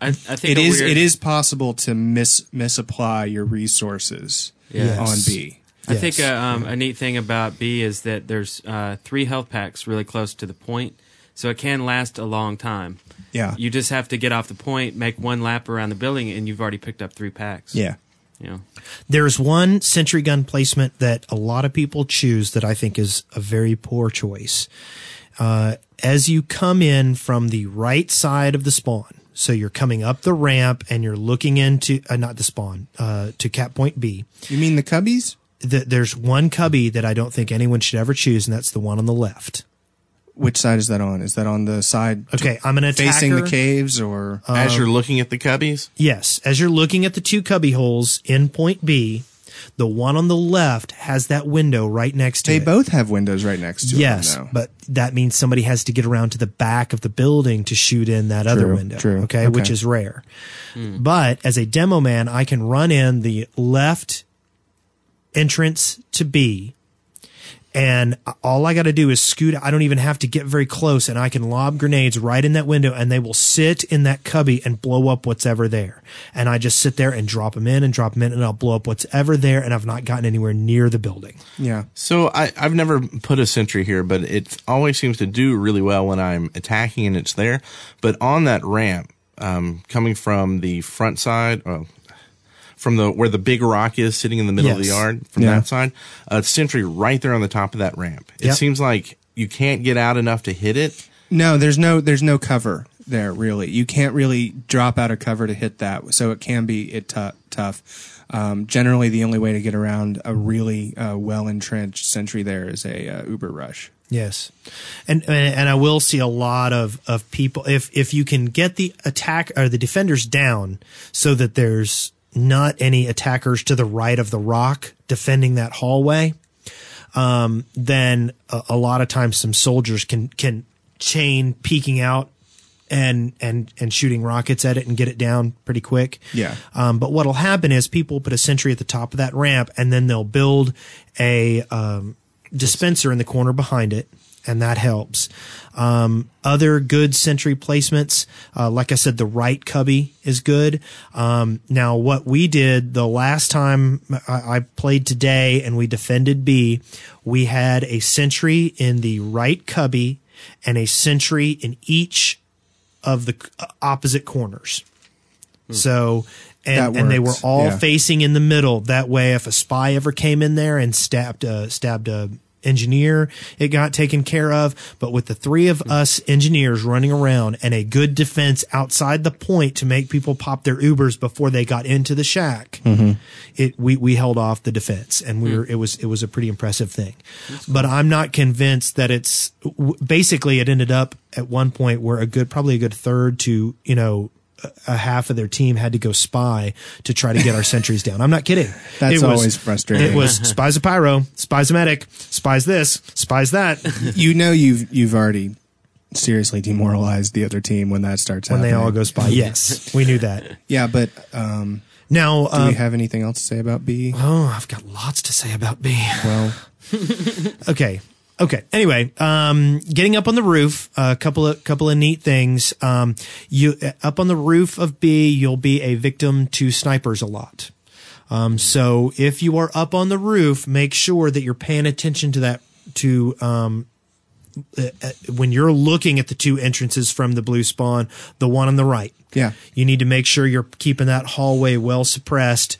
I, I think
it
a
is
weird-
it is possible to mis misapply your resources
Yes.
on B.
I think uh, um, a neat thing about B is that there's uh, three health packs really close to the point, so it can last a long time.
Yeah.
You just have to get off the point, make one lap around the building, and you've already picked up three packs.
Yeah.
You know.
There's one sentry gun placement that a lot of people choose that I think is a very poor choice. Uh, as you come in from the right side of the spawn, so you're coming up the ramp and you're looking into uh, not the spawn uh, to cap point B.
You mean the cubbies?
Th- there's one cubby that I don't think anyone should ever choose, and that's the one on the left.
Which side is that on? Is that on the side
Okay, I'm an attacker.
facing the caves or
Um,
As you're looking at the cubbies,
Yes, as you're looking at the two cubby holes in point B, the one on the left has that window right next to
they
it.
both have windows right next to
yes,
them, though.
but that means somebody has to get around to the back of the building to shoot in that other
True,
window.
true.
Okay,
Okay.
which is rare. But as a demo man, I can run in the left entrance to B, and all I got to do is scoot. I don't even have to get very close, and I can lob grenades right in that window, and they will sit in that cubby and blow up what's ever there. And I just sit there and drop them in and drop them in, and I'll blow up what's ever there, and I've not gotten anywhere near the building.
yeah.
So I, I've never put a sentry here, but it always seems to do really well when I'm attacking and it's there. But on that ramp, um, coming from the front side, well, from the where the big rock is sitting in the middle of the
Yes.
yard, from
Yeah.
that side, a sentry right there on the top of that ramp. It
Yep.
seems like you can't get out enough to hit it.
No, there's no there's no cover there really. You can't really drop out of cover to hit that, so it can be it tou- tough. Um, generally, the only way to get around a really uh, well entrenched sentry there is a uh, Uber rush.
Yes, and, and and I will see a lot of of people if if you can get the attack or the defenders down so that there's not any attackers to the right of the rock defending that hallway, um, then a, a lot of times some soldiers can can chain peeking out and and and shooting rockets at it and get it down pretty quick.
Yeah.
Um, but what'll happen is people put a sentry at the top of that ramp, and then they'll build a um, dispenser in the corner behind it, and that helps. Um, other good sentry placements, uh, like I said, the right cubby is good. Um, now, what we did the last time I, I played today, and we defended B, we had a sentry in the right cubby and a sentry in each of the c- uh, opposite corners. So, and,
That
and they were
worked,
all
yeah.
facing in the middle. That way, if a spy ever came in there and stabbed a, stabbed a engineer, it got taken care of. But with the three
Hmm.
of us engineers running around and a good defense outside the point to make people pop their Ubers before they got into the shack,
Mm-hmm.
it we we held off the defense, and we were it was it was a pretty impressive thing. But I'm not convinced that it's w- basically it ended up at one point where a good probably a good third to you know a- a half of their team had to go spy to try to get our sentries down. I'm not kidding.
*laughs* That's
was-
always frustrating.
It was spies a pyro, spies a medic, spies this, spies that.
you know you've you've already seriously demoralized the other team when that starts
When they
happening.
all go spy, yes, we knew that.
yeah but um
Now,
do
um,
we have anything else to say about b
oh, I've got lots to say about B.
well
okay okay anyway um getting up on the roof a couple of couple of neat things um you up on the roof of b you'll be a victim to snipers a lot um so if you are up on the roof make sure that you're paying attention to that to um uh, uh, when you're looking at the two entrances from the blue spawn the one on the right
yeah
you need to make sure you're keeping that hallway well suppressed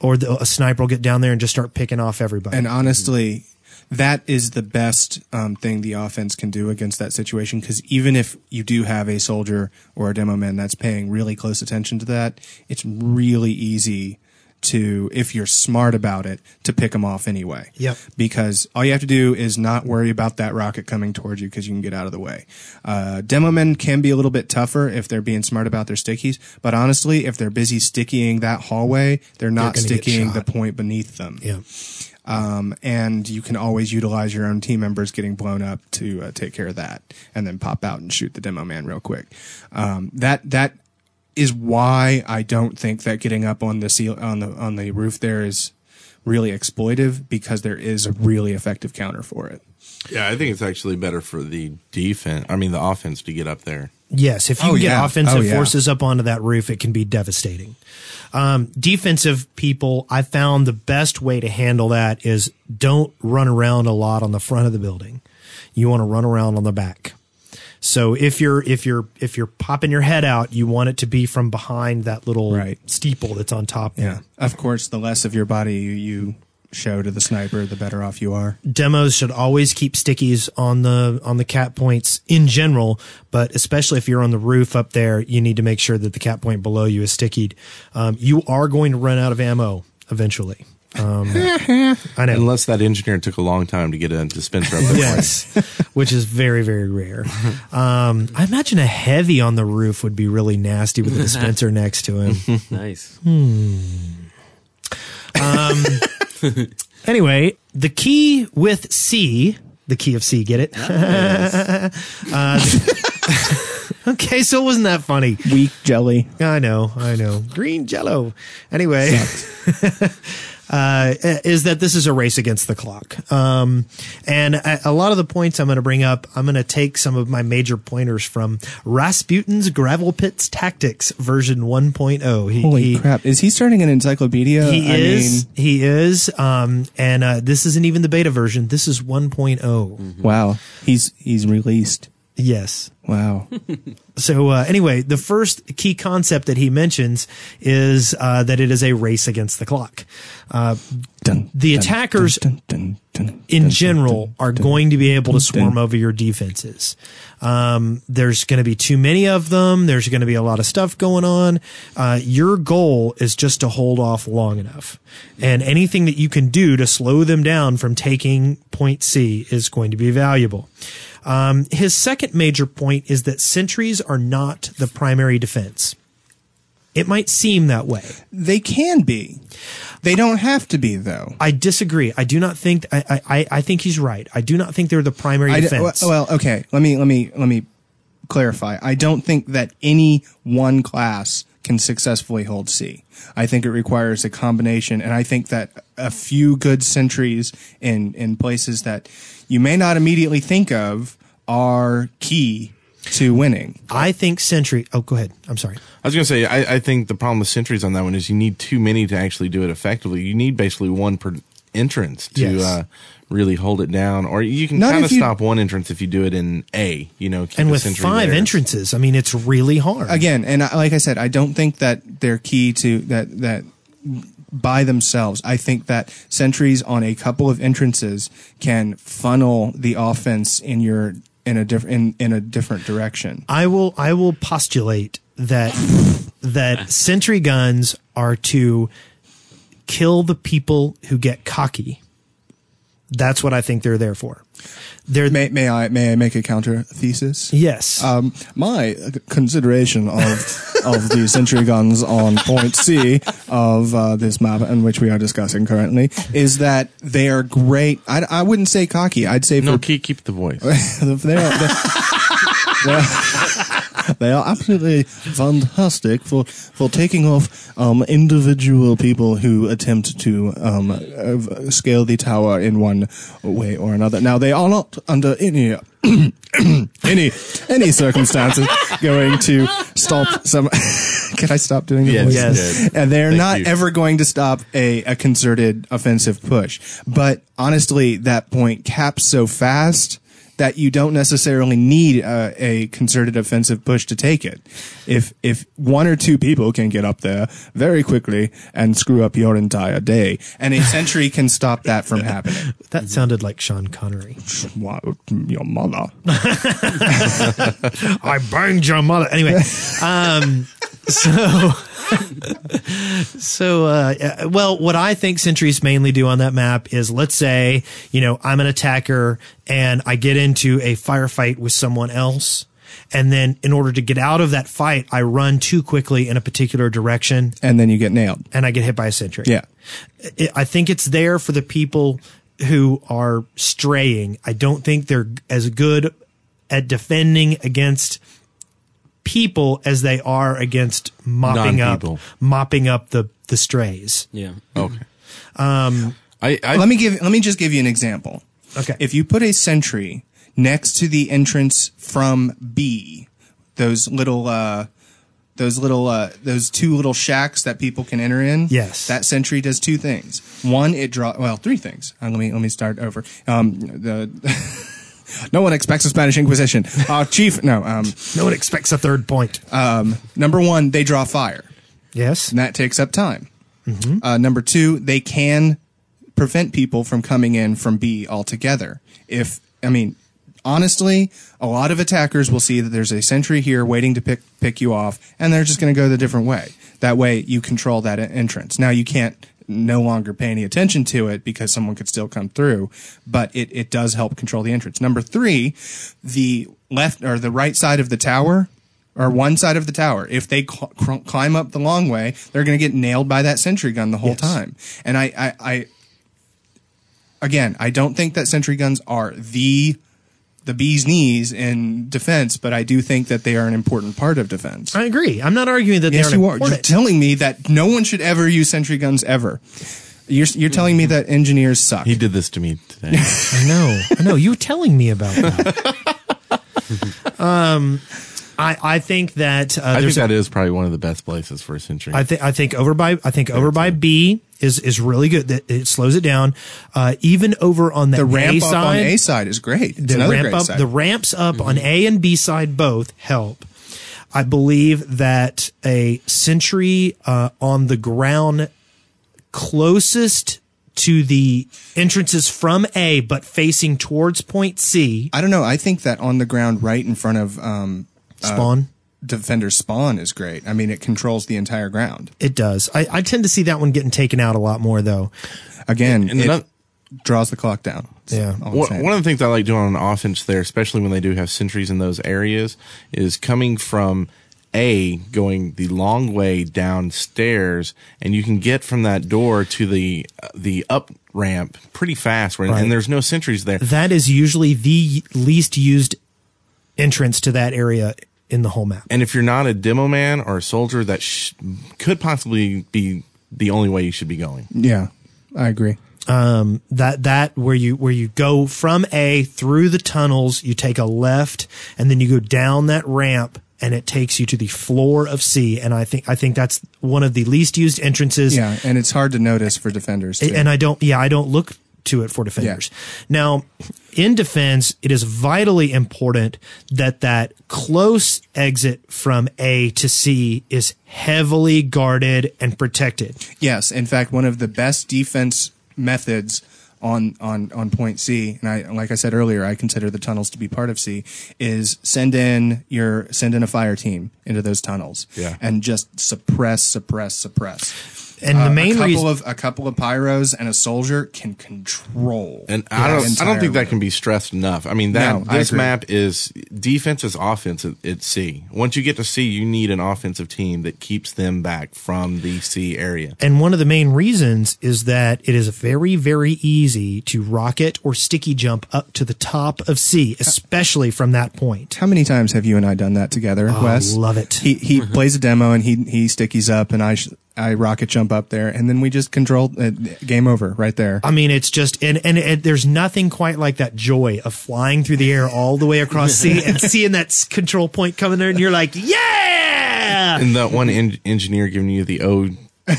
or the, a sniper will get down there and just start picking off everybody
and honestly that is the best um, thing the offense can do against that situation because even if you do have a soldier or a demo man that's paying really close attention to that it's really easy to if you're smart about it to pick them off anyway
Yep.
because all you have to do is not worry about that rocket coming towards you because you can get out of the way. Uh, demo men can be a little bit tougher if they're being smart about their stickies, but honestly, if they're busy stickying that hallway, they're not
gonna get
stickying the
shot.
point beneath them.
yeah
Um, and you can always utilize your own team members getting blown up to uh, take care of that, and then pop out and shoot the demo man real quick. Um, that that is why I don't think that getting up on the seal on the on the roof there is really exploitive because there is a really effective counter for it.
Yeah, I think it's actually better for the defense. I mean, the offense to get up there.
Yes, if you
Oh,
can get
yeah.
offensive
Oh, yeah.
forces up onto that roof, it can be devastating. Um, defensive people, I found the best way to handle that is don't run around a lot on the front of the building. You want to run around on the back. So if you're if you're if you're popping your head out, you want it to be from behind that little
Right.
steeple that's on top. there.
Yeah, of course, the less of your body you, you show to the sniper, the better off you are.
demos should always keep stickies on the on the cat points in general, but especially if you're on the roof up there, you need to make sure that the cat point below you is stickied. Um, you are going to run out of ammo eventually. Um, I know.
Unless that engineer took a long time to get a dispenser up there.
Yes, which is very very rare. Um, I imagine a heavy on the roof would be really nasty with a dispenser next to him.
Nice.
Hmm.
Anyway, the key with C, the key of C, get it? *laughs* Uh, okay, so it wasn't that funny.
Weak jelly.
I know, I know. Green jello. Anyway, uh, is that this is a race against the clock. Um, and a, a lot of the points I'm going to bring up, I'm going to take some of my major pointers from Rasputin's Gravel Pits Tactics version 1.0. He,
*laughs* Holy
he-
crap! Is he starting an encyclopedia?
He
I
is.
mean,
he is. Um, and uh, this isn't even the beta version. This is oh. 1.0.
wow. He's he's released.
Yes.
Wow.
So uh, anyway, the first key concept that he mentions is uh, that it is a race against the clock. Uh,
Dun,
The
dun,
attackers
dun, dun, dun, dun,
in
dun,
general
dun,
are
dun.
going to be able to swarm over your defenses. Um, there's going to be too many of them. There's going to be a lot of stuff going on. Uh, your goal is just to hold off long enough, and anything that you can do to slow them down from taking point C is going to be valuable. Um, his second major point is that sentries are not the primary defense. It might seem that way.
They can be. They don't have to be though.
I disagree. I do not think. I- I, I, I think he's right. I do not think they're the primary
I d-
defense.
well, okay. Let me let me let me clarify, I don't think that any one class can successfully hold C. I think it requires a combination, and I think that a few good sentries in in places that you may not immediately think of are key to winning.
I think Sentry. Oh, go ahead. I'm sorry.
I was going to say, I, I think the problem with sentries on that one is you need too many to actually do it effectively. You need basically one per entrance to
Yes.
uh, really hold it down, or you can
Not
kind of
if you-
stop one entrance if you do it in A. You know, keep
And
a
with
sentry
five
there.
entrances, I mean, it's really hard.
Again, and I, like I said, I don't think that they're key to that that by themselves. I think that sentries on a couple of entrances can funnel the offense in your in a different in, in a different direction.
I will I will postulate that
*laughs*
that sentry guns are to kill the people who get cocky. That's what I think they're there for. There
may, may I may I make a counter thesis?
Yes.
Um, my consideration of of the century guns on point C of uh, this map in which we are discussing currently is that they are great. I, I wouldn't say cocky. I'd say
No,
for
keep keep the voice.
*laughs* they are, they are- they are absolutely fantastic for for taking off um, individual people who attempt to um, uh, scale the tower in one way or another. Now they are not under any *coughs* any any circumstances going to stop some. *laughs* Can I stop doing the
Yes,
voice?
yes.
And they're
Thank
not
you.
ever going to stop a, a concerted offensive push. But honestly, that point caps so fast that you don't necessarily need a, a concerted offensive push to take it. If if one or two people can get up there very quickly and screw up your entire day, and a sentry can stop that from happening.
that sounded like Sean Connery.
Wow, your mother.
I banged your mother. Anyway, um, so *laughs* so uh, yeah, well, what I think sentries mainly do on that map is, let's say, you know, I'm an attacker and I get into a firefight with someone else. And then, in order to get out of that fight, I run too quickly in a particular direction,
And then you get nailed.
and I get hit by a sentry.
Yeah.
I- I think it's there for the people who are straying. I don't think they're as good at defending against people as they are against mopping up
Non-people.
mopping up the the strays.
Yeah.
Okay. I, I
let me give let me just give you an example.
Okay.
If you put a sentry next to the entrance from B, those little uh those little uh those two little shacks that people can enter in.
Yes.
That sentry does two things. One, it draw well, three things. Uh, let me let me start over. Um the *laughs* No one expects a Spanish Inquisition. Uh, Chief, no. Um,
no one expects a third point.
Uh, number one, they draw fire.
yes.
and that takes up time. Uh, number two, they can prevent people from coming in from B altogether. If I mean, honestly, a lot of attackers will see that there's a sentry here waiting to pick pick you off, and they're just going to go the different way. That way, you control that en- entrance. Now you can't no longer pay any attention to it because someone could still come through, but it, it does help control the entrance. Number three, the left or the right side of the tower or one side of the tower. If they cl- cr- climb up the long way, they're going to get nailed by that sentry gun the whole time. And I, I, I, again, I don't think that sentry guns are the the bee's knees in defense, but I do think that they are an important part of defense.
I agree. I'm not arguing that
yes,
they
you
aren't
are. You're
important.
telling me that no one should ever use sentry guns ever. You're you're telling me that engineers suck.
he did this to me
*laughs*
today.
I know. I know. You were telling me about that. um,
*laughs*
I I think that uh,
I think
there's
that is probably one of the best places for a century.
I think I think over by I think over by B is is really good. That it slows it down. Uh, even over on the,
the ramp
A
up
side,
on A side is great. It's
the
another
ramp
great
up
side. Mm-hmm.
the ramps up on A and B side both help. I believe that a sentry uh, on the ground closest to the entrances from A but facing towards point C
I don't know. I think that on the ground right in front of um,
spawn.
defender spawn is great. I mean, it controls the entire ground.
it does. I, I tend to see that one getting taken out a lot more though.
Again,
And
it
another-
draws the clock down. That's
Yeah.
all I'm
One,
saying.
one of the things I like doing on offense there, especially when they do have sentries in those areas, is coming from A, going the long way downstairs, and you can get from that door to the the up ramp pretty fast. Where,
Right.
And there's no sentries there.
That is usually the least used entrance to that area in the whole map.
And if you're not a demo man or a soldier, that sh- could possibly be the only way you should be going.
Yeah, I agree.
um, that that where you where you go from A through the tunnels, you take a left, and then you go down that ramp, and it takes you to the floor of C. And I think I think that's one of the least used entrances.
Yeah, and it's hard to notice for defenders. Too.
A- And I don't, yeah, I don't look to it for defenders. Now, in defense, it is vitally important that that close exit from A to C is heavily guarded and protected.
Yes, in fact, one of the best defense methods on on on point C, and I like I said earlier, I consider the tunnels to be part of C, is send in your send in a fire team into those tunnels,
Yeah.
and just suppress, suppress, suppress.
And
Uh,
the main
a couple
reason,
of a couple of pyros and a soldier can control.
And I
the
don't, I don't
entire
think
room.
that can be stressed enough. I mean, that
No, I
this
agree.
map is defense is offense at, at C. Once you get to C, you need an offensive team that keeps them back from the C area.
And one of the main reasons is that it is very, very easy to rocket or sticky jump up to the top of C, especially from that point.
How many times have you and I done that together, Wes?
Oh, love it.
He he
Mm-hmm.
plays a demo and he he stickies up and I sh- I rocket jump up there and then we just control uh, game over right there.
I mean, it's just, and, and, and there's nothing quite like that joy of flying through the air all the way across
*laughs*
C and seeing that s- control point coming there, and you're like, yeah!
And that one en- engineer giving you the oh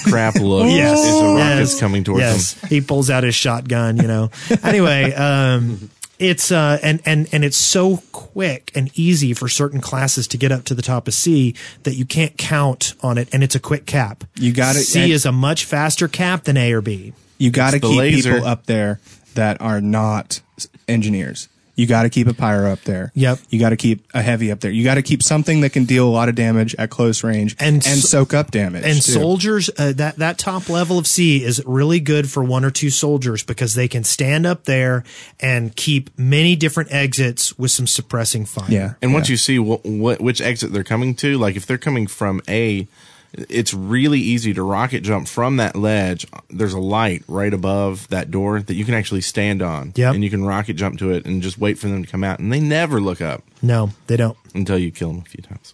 crap look
Yes.
is a rocket
Yes.
coming towards
yes.
them.
He pulls out his shotgun, you know. anyway, um, it's uh, and and and it's so quick and easy for certain classes to get up to the top of C that you can't count on it, and it's a quick cap.
You gotta-
C
and-
is a much faster cap than A or B.
You got to
the
keep
laser.
people up there that are not s- engineers. You got to keep a pyro up there.
Yep.
You got to keep a heavy up there. You got to keep something that can deal a lot of damage at close range
And
and,
so-
soak up damage.
And
too.
soldiers, uh, that that top level of C is really good for one or two soldiers because they can stand up there and keep many different exits with some suppressing fire.
Yeah.
And once
yeah.
you see what, what which exit they're coming to, like if they're coming from A, it's really easy to rocket jump from that ledge. There's a light right above that door that you can actually stand on,
Yep.
and you can rocket jump to it and just wait for them to come out. And they never look up
No, they don't.
until you kill them a few times.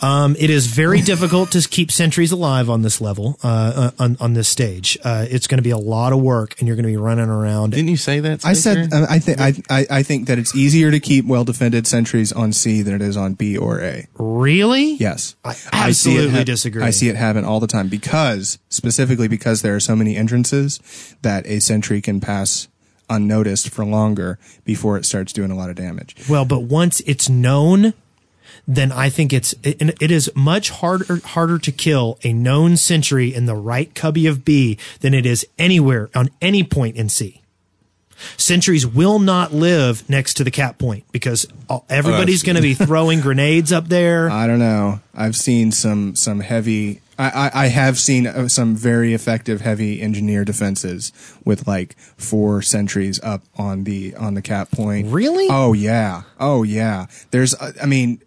Um, it is very difficult to keep sentries alive on this level, uh, uh, on, on this stage. Uh, it's going to be a lot of work, and you're going to be running around.
Didn't you say that?
I
Stacer?
said uh, I think I, I I think that it's easier to keep well defended sentries on C than it is on B or A.
really?
Yes.
I
see it
absolutely
hap-
disagree.
I see it happen all the time because, specifically because there are so many entrances that a sentry can pass unnoticed for longer before it starts doing a lot of damage.
Well, but once it's known, then I think it's it, and it is much harder harder to kill a known sentry in the right cubby of B than it is anywhere on any point in C. Sentries will not live next to the cap point because all, everybody's going to be throwing grenades up *laughs* there.
I don't know. I've seen some, some heavy, I, I, I have seen uh, some very effective heavy engineer defenses with like four sentries up on the, on the cap point.
Really?
Oh yeah. Oh yeah. There's, uh, I mean,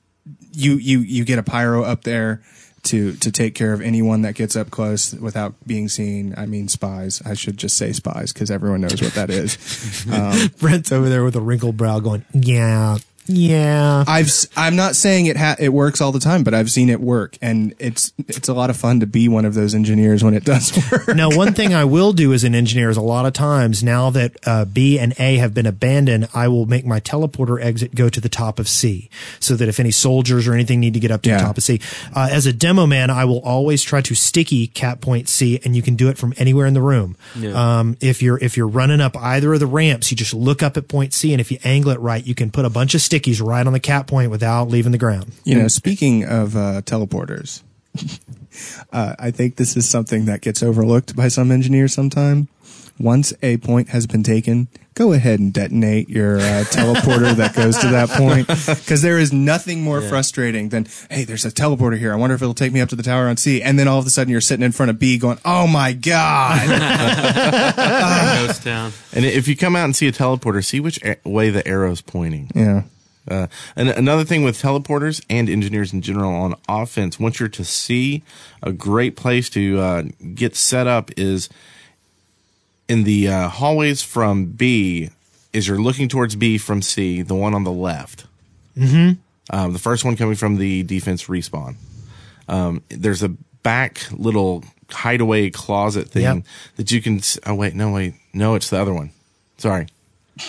you you you get a pyro up there to to take care of anyone that gets up close without being seen. I mean spies. I should just say spies because everyone knows what that is. Um,
Brent's over there with a wrinkled brow, going, "Yeah, yeah."
I've s- I'm not saying it ha- it works all the time, but I've seen it work, and it's it's a lot of fun to be one of those engineers when it *laughs* does work.
now, one thing I will do as an engineer is a lot of times now that uh, B and A have been abandoned, I will make my teleporter exit go to the top of C so that if any soldiers or anything need to get up to
Yeah.
the top of C. Uh, as a demo man, I will always try to sticky cap point C and you can do it from anywhere in the room. Um, if you're, if you're running up either of the ramps, you just look up at point C and if you angle it right, you can put a bunch of stickies right on the cap point without leaving the ground.
You know, speaking of uh, teleporters, *laughs* uh, I think this is something that gets overlooked by some engineers sometime. Once a point has been taken, go ahead and detonate your uh, teleporter that goes to that point because there is nothing more frustrating than, hey, there's a teleporter here. I wonder if it'll take me up to the tower on C. And then all of a sudden you're sitting in front of B going, oh my God.
Ghost Town.
And if you come out and see a teleporter, see which a- way the arrow's pointing.
yeah.
Uh, and another thing with teleporters and engineers in general on offense, once you're to see a great place to uh, get set up is in the uh, hallways from B. Is you're looking towards B from C, the one on the left.
Mm-hmm.
Um, the first one coming from the defense respawn. Um, there's a back little hideaway closet thing
Yep.
that you can. s- Oh wait, no wait, no, it's the other one. Sorry,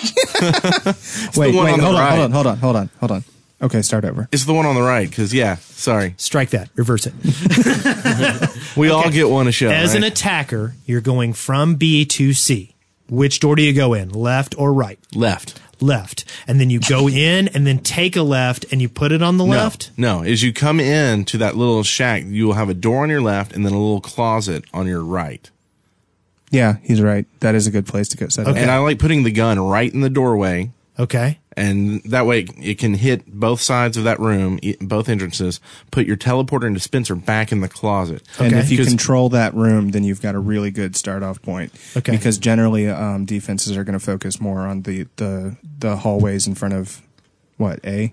wait,
the one
wait,
on the
hold on,
right.
hold on, hold on, hold on, hold on. Okay, start over.
it's the one on the right. Because yeah, sorry,
Strike that. Reverse it.
we all get one a show.
As an
right?
attacker, you're going from B to C. Which door do you go in? Left or right?
left.
Left. And then you
*laughs*
go in and then take a left and you put it on the
No,
left.
No, as you come in to that little shack, you will have a door on your left and then a little closet on your right.
Yeah, he's right. That is a good place to go set
And
up.
I like putting the gun right in the doorway,
Okay.
and that way it can hit both sides of that room, e- both entrances. Put your teleporter and dispenser back in the closet.
And
Okay.
if you
'Cause-
control that room, then you've got a really good start off point.
Okay.
Because generally, um, defenses are going to focus more on the, the the hallways in front of what a.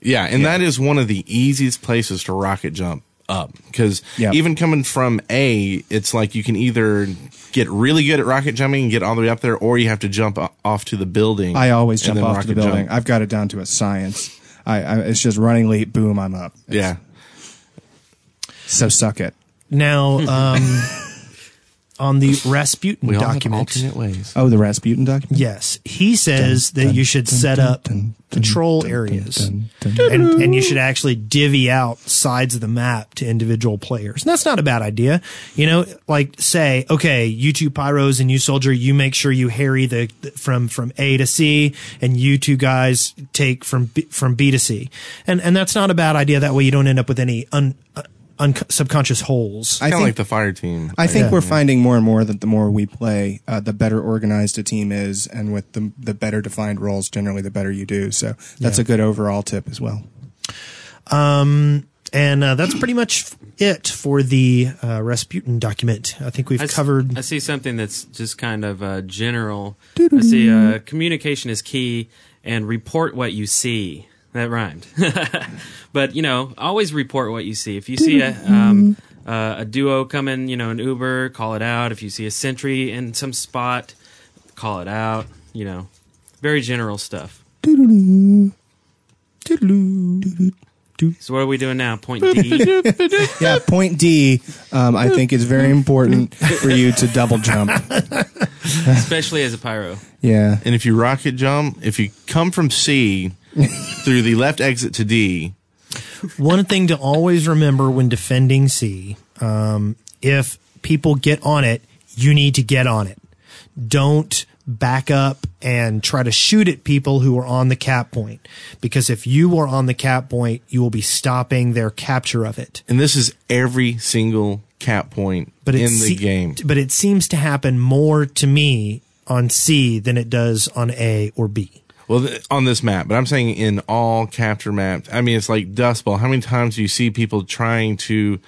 Yeah, and that is one of the easiest places to rocket jump up because
Yeah.
even coming from A, it's like you can either get really good at rocket jumping and get all the way up there, or you have to jump o- off to the building.
I always
and
jump
then
off to the
rocket jump.
building. I've got it down to a science. I, I it's just running late. Boom, I'm up. It's-
yeah,
So suck it.
*laughs*
Now, um, on the Rasputin document,
ways.
Oh, the Rasputin document.
yes, he says that you should set up patrol areas. and, and you should actually divvy out sides of the map to individual players. And that's not a bad idea. You know, like say, okay, you two pyros and you soldier, you make sure you harry the, the- from from A to C, and you two guys take from B, from B to C. And and that's not a bad idea. That way, you don't end up with any un, uh, un subconscious holes.
Kind of
think-
like the fire team.
I think
Yeah.
we're finding more and more that the more we play, uh, the better organized a team is, and with the the better defined roles, generally the better you do. So that's a good overall tip as well.
And uh, that's pretty much it for the uh, Rasputin document. I think we've
I s-
covered.
I see something that's just kind of uh, general. I see uh, communication is key and report what you see. That rhymed. *laughs* but, you know, always report what you see. If you see a, um, uh, a duo coming, you know, an Uber, call it out. If you see a sentry in some spot, call it out. You know, very general stuff. So, what are we doing now? Point D.
Yeah, *laughs* point D. Um, I think it's very important for you to
*laughs*
double jump.
Especially as a pyro.
Yeah,
And if you rocket jump, if you come from
*laughs*
C through the left exit to D,
One thing to always remember when defending C, um, if people get on it, you need to get on it. Don't back up and try to shoot at people who are on the cap point, because if you are on the cap point, you will be stopping their capture of it.
and this is every single cap point
But
in
it
the
se-
game.
but it seems to happen more to me on C than it does on A or B.
Well, th- on this map, but I'm saying in all capture maps. I mean, it's like Dust Bowl. How many times do you see people trying to,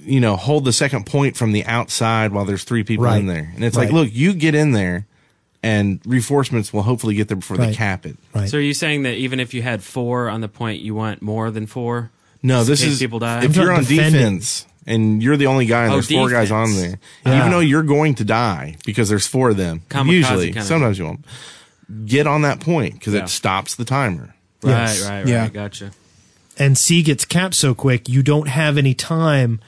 you know, hold the second point from the outside while there's three people
Right.
in there? And it's like,
Right.
look, you get in there, and reinforcements will hopefully get there before they
Right.
cap it.
Right.
So, are you saying that even if you had four on the point, you want more than four?
No,
Just in
this
case
is
people die.
If
I'm
you're
not
on
defending.
defense and you're the only guy and
Oh,
there's four guys on there,
defense.
even though you're going to die because there's four of them,
Kamikaze
usually
kinda
sometimes you won't get on that point because
Yeah.
it stops the timer.
Right,
Yes.
right, right.
Yeah.
Gotcha.
and C gets capped so quick, you don't have any time.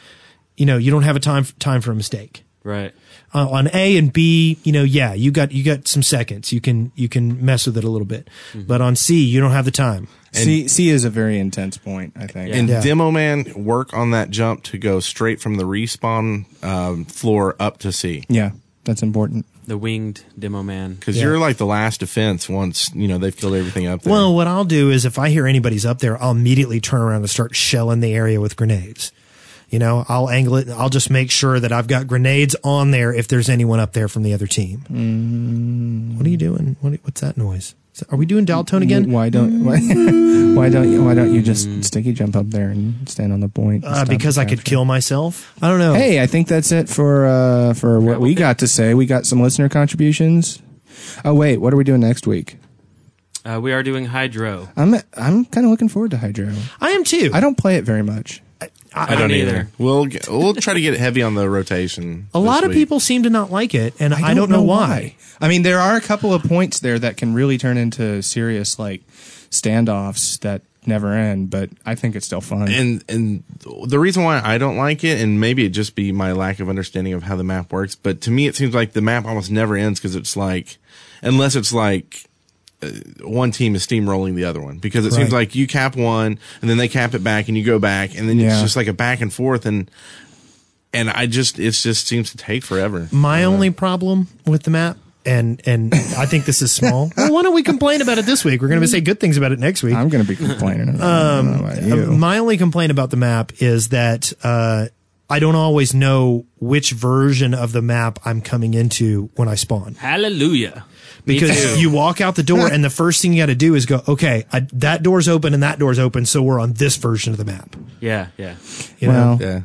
You know, you don't have a time time for a mistake.
Right.
Uh, on A and B, you know, yeah, you got you got some seconds. You can you can mess with it a little bit,
Mm-hmm.
but on C, you don't have the time.
C C is a very intense point. I think.
And
Yeah.
Demo Man work on that jump to go straight from the respawn um, floor up to C
yeah, that's important.
The winged demo man.
because you're like the last defense once you know they've killed everything up there.
Well, what I'll do is if I hear anybody's up there, I'll immediately turn around and start shelling the area with grenades. You know, I'll angle it. I'll just make sure that I've got grenades on there if there's anyone up there from the other team.
Mm-hmm.
What are you doing? What, what's that noise? Is- Are we doing Daltone again?
Why don't why, *laughs* why don't you, why don't you just sticky jump up there and stand on the point? and
Uh,
stop
because
the
I could
capture?
kill myself. I don't know.
Hey, I think that's it for uh, for what we got to say. We got some listener contributions. Oh wait, what are we doing next week?
Uh, we are doing hydro.
I'm I'm kind of looking forward to Hydro.
I am too.
I don't play it very much.
I don't
don't
either.
either.
We'll get, we'll try to get it heavy on the rotation.
A
this
lot of
week.
people seem to not like it, and I don't, know, why.
I mean, there are a couple of points there that can really turn into serious like standoffs that never end, but I think it's still fun.
and and the reason why I don't like it, and maybe it just be my lack of understanding of how the map works, but to me it seems like the map almost never ends because it's like, unless it's like. uh, One team is steamrolling the other one because it seems
Right.
like you cap one and then they cap it back and you go back and then it's
Yeah.
just like a back and forth and and I just it just seems to take forever.
My only problem with the map, and and I think this is small. *laughs* well, why don't we complain about it this week? We're going to say good things about it next week.
I'm going to be complaining about, um, about you.
Uh, My only complaint about the map is that uh, I don't always know which version of the map I'm coming into when I spawn.
Hallelujah. Me
Because
too.
you walk out the door, and the first thing you got to do is go, okay, I, that door's open and that door's open, so we're on this version of the map.
yeah, yeah.
You know?
well,
Yeah.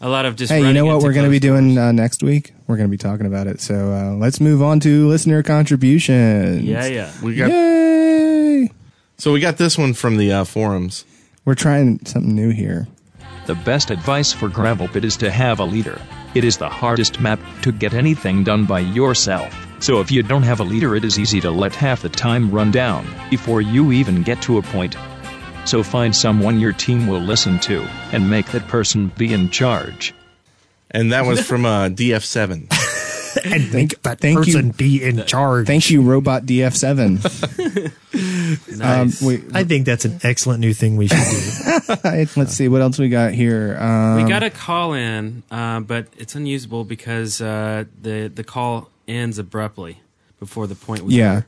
A lot of just.
hey, you
running
know what
into
we're going to be
closed
doing
doors.
uh, next week? We're going to be talking about it. So uh, let's move on to listener contributions.
Yeah, yeah.
We got
Yay!
so we got this one from the uh, forums.
We're trying something new here.
The best advice for Gravel Pit is to have a leader. It is the hardest map to get anything done by yourself. So if you don't have a leader, it is easy to let half the time run down before you even get to a point. So find someone your team will listen to and make that person be in charge.
And that was from uh,
*laughs*
DF7.
And make that
thank you.
person be in charge.
Thank you, Robot DF7.
Nice.
um, wait,
I think that's an excellent new thing we should *laughs* do.
let's see what else we got here. Um,
we got a call in, uh, but it's unusable because uh, the the call ends abruptly before the point. We
yeah.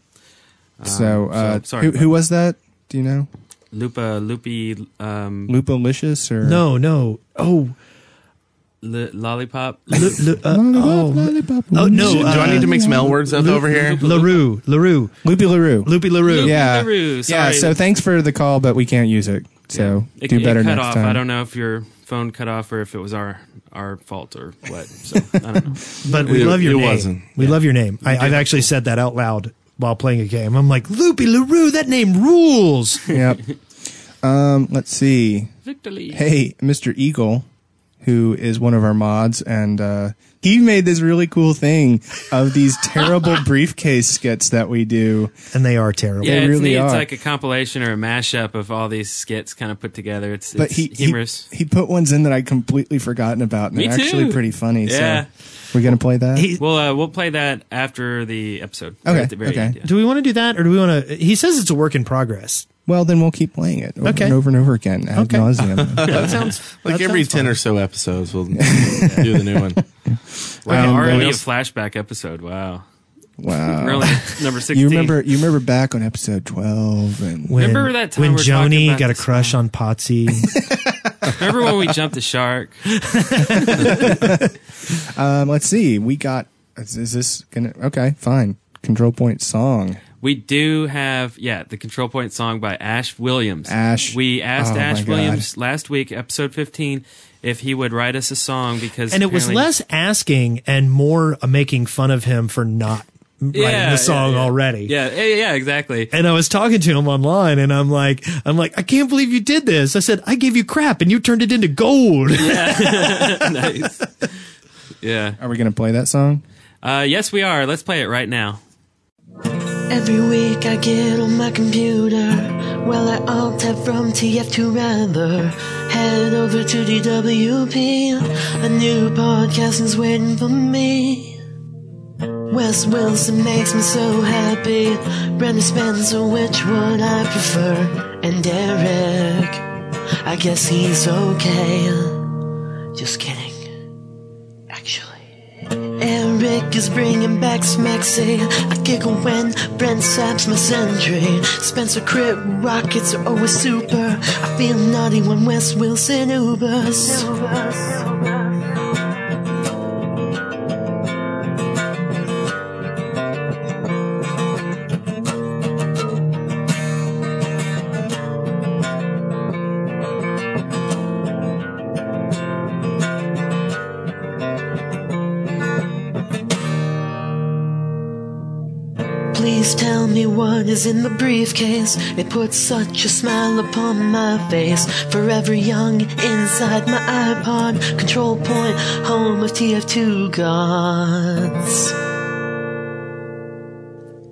were.
so,
so,
uh,
sorry
who,
about
who
that.
was that? Do you know?
Lupa loopy um,
Lupalicious or
no, no. Oh,
li- lollipop.
l- l- uh, oh, oh, no.
Do I need to make some L words
Uh,
up over here?
LaRue, LaRue,
Loopy Larue.
Loopy LaRue.
yeah,
Larue,
yeah.
sorry.
So thanks for the call, but we can't use it. So
It,
do
it
better
cut
next
off.
time.
I don't know if your phone cut off or if it was our our fault or what. So
*laughs*
I don't know.
But we
It-
love your
it
name.
wasn't.
We love your name. I, I've actually said that out loud while playing a game. I'm like, Loopy LaRue, that name
*laughs*
rules.
yep. Um, let's see.
Victor Lee.
Hey, Mr. Eagle, who is one of our mods, and uh, he made this really cool thing of
*laughs*
these terrible briefcase skits that we do.
and they are terrible.
yeah,
they
it's,
really
neat. it's
are.
like a compilation or a mashup of all these skits kind of put together. It's,
But
it's
he, he
humorous.
he put ones in that I'd completely forgotten about, and
Me
they're actually
too.
pretty funny.
Yeah.
So we're gonna play that.
He-
well, uh, we'll play that after the episode.
Okay,
At the very
okay.
End, yeah.
Do we want to do that, or do we want to? He says it's a work in progress.
well, then we'll keep playing it over
Okay.
and over and over again ad
Okay.
*laughs*
nauseum.
That sounds
Like
that
every
sounds fun.
10 or so episodes, *laughs* we'll do the new one.
Like
Um,
already a
those-
flashback episode. Wow.
wow. *laughs*
We're only at number 16.
Uh, You remember? You remember back on episode twelve, and
When,
Remember that time
when
we were talking
Joni
about
got a
this
crush on
*laughs*
Potsy?
Remember when we jumped the shark?
um, let's see. We got. Is, is this gonna? Okay, fine. Control point song.
We do have, yeah, the control point song by Ash Williams.
Ash.
We asked
Oh, my
Ash
God.
Williams last week, episode 15, if he would write us a song because.
and it was
apparently-
less asking and more uh, making fun of him for not writing
Yeah,
the song
yeah, yeah.
already.
Yeah, yeah, yeah, exactly.
And I was talking to him online, and I'm like, I'm like, I can't believe you did this. I said, I gave you crap, and you turned it into gold. *laughs*
nice. Yeah.
Are we gonna play that song?
Uh, yes, we are. Let's play it right now.
Every week I get on my computer. Well, I alt tab from TF to rather. Head over to DWP. A new podcast is waiting for me. Wes Wilson makes me so happy. Brandon Spencer, which one I prefer? And Derek, I guess he's okay. Just kidding. Actually. Eric is bringing back Smexy. I giggle when Brent slaps my sentry. Spencer Crip rockets are always super. I feel naughty when Wes Wilson Ubers. Please tell me what is in the briefcase. It puts such a smile upon my face. Forever young inside my iPod. Control point, home of TF2 gods.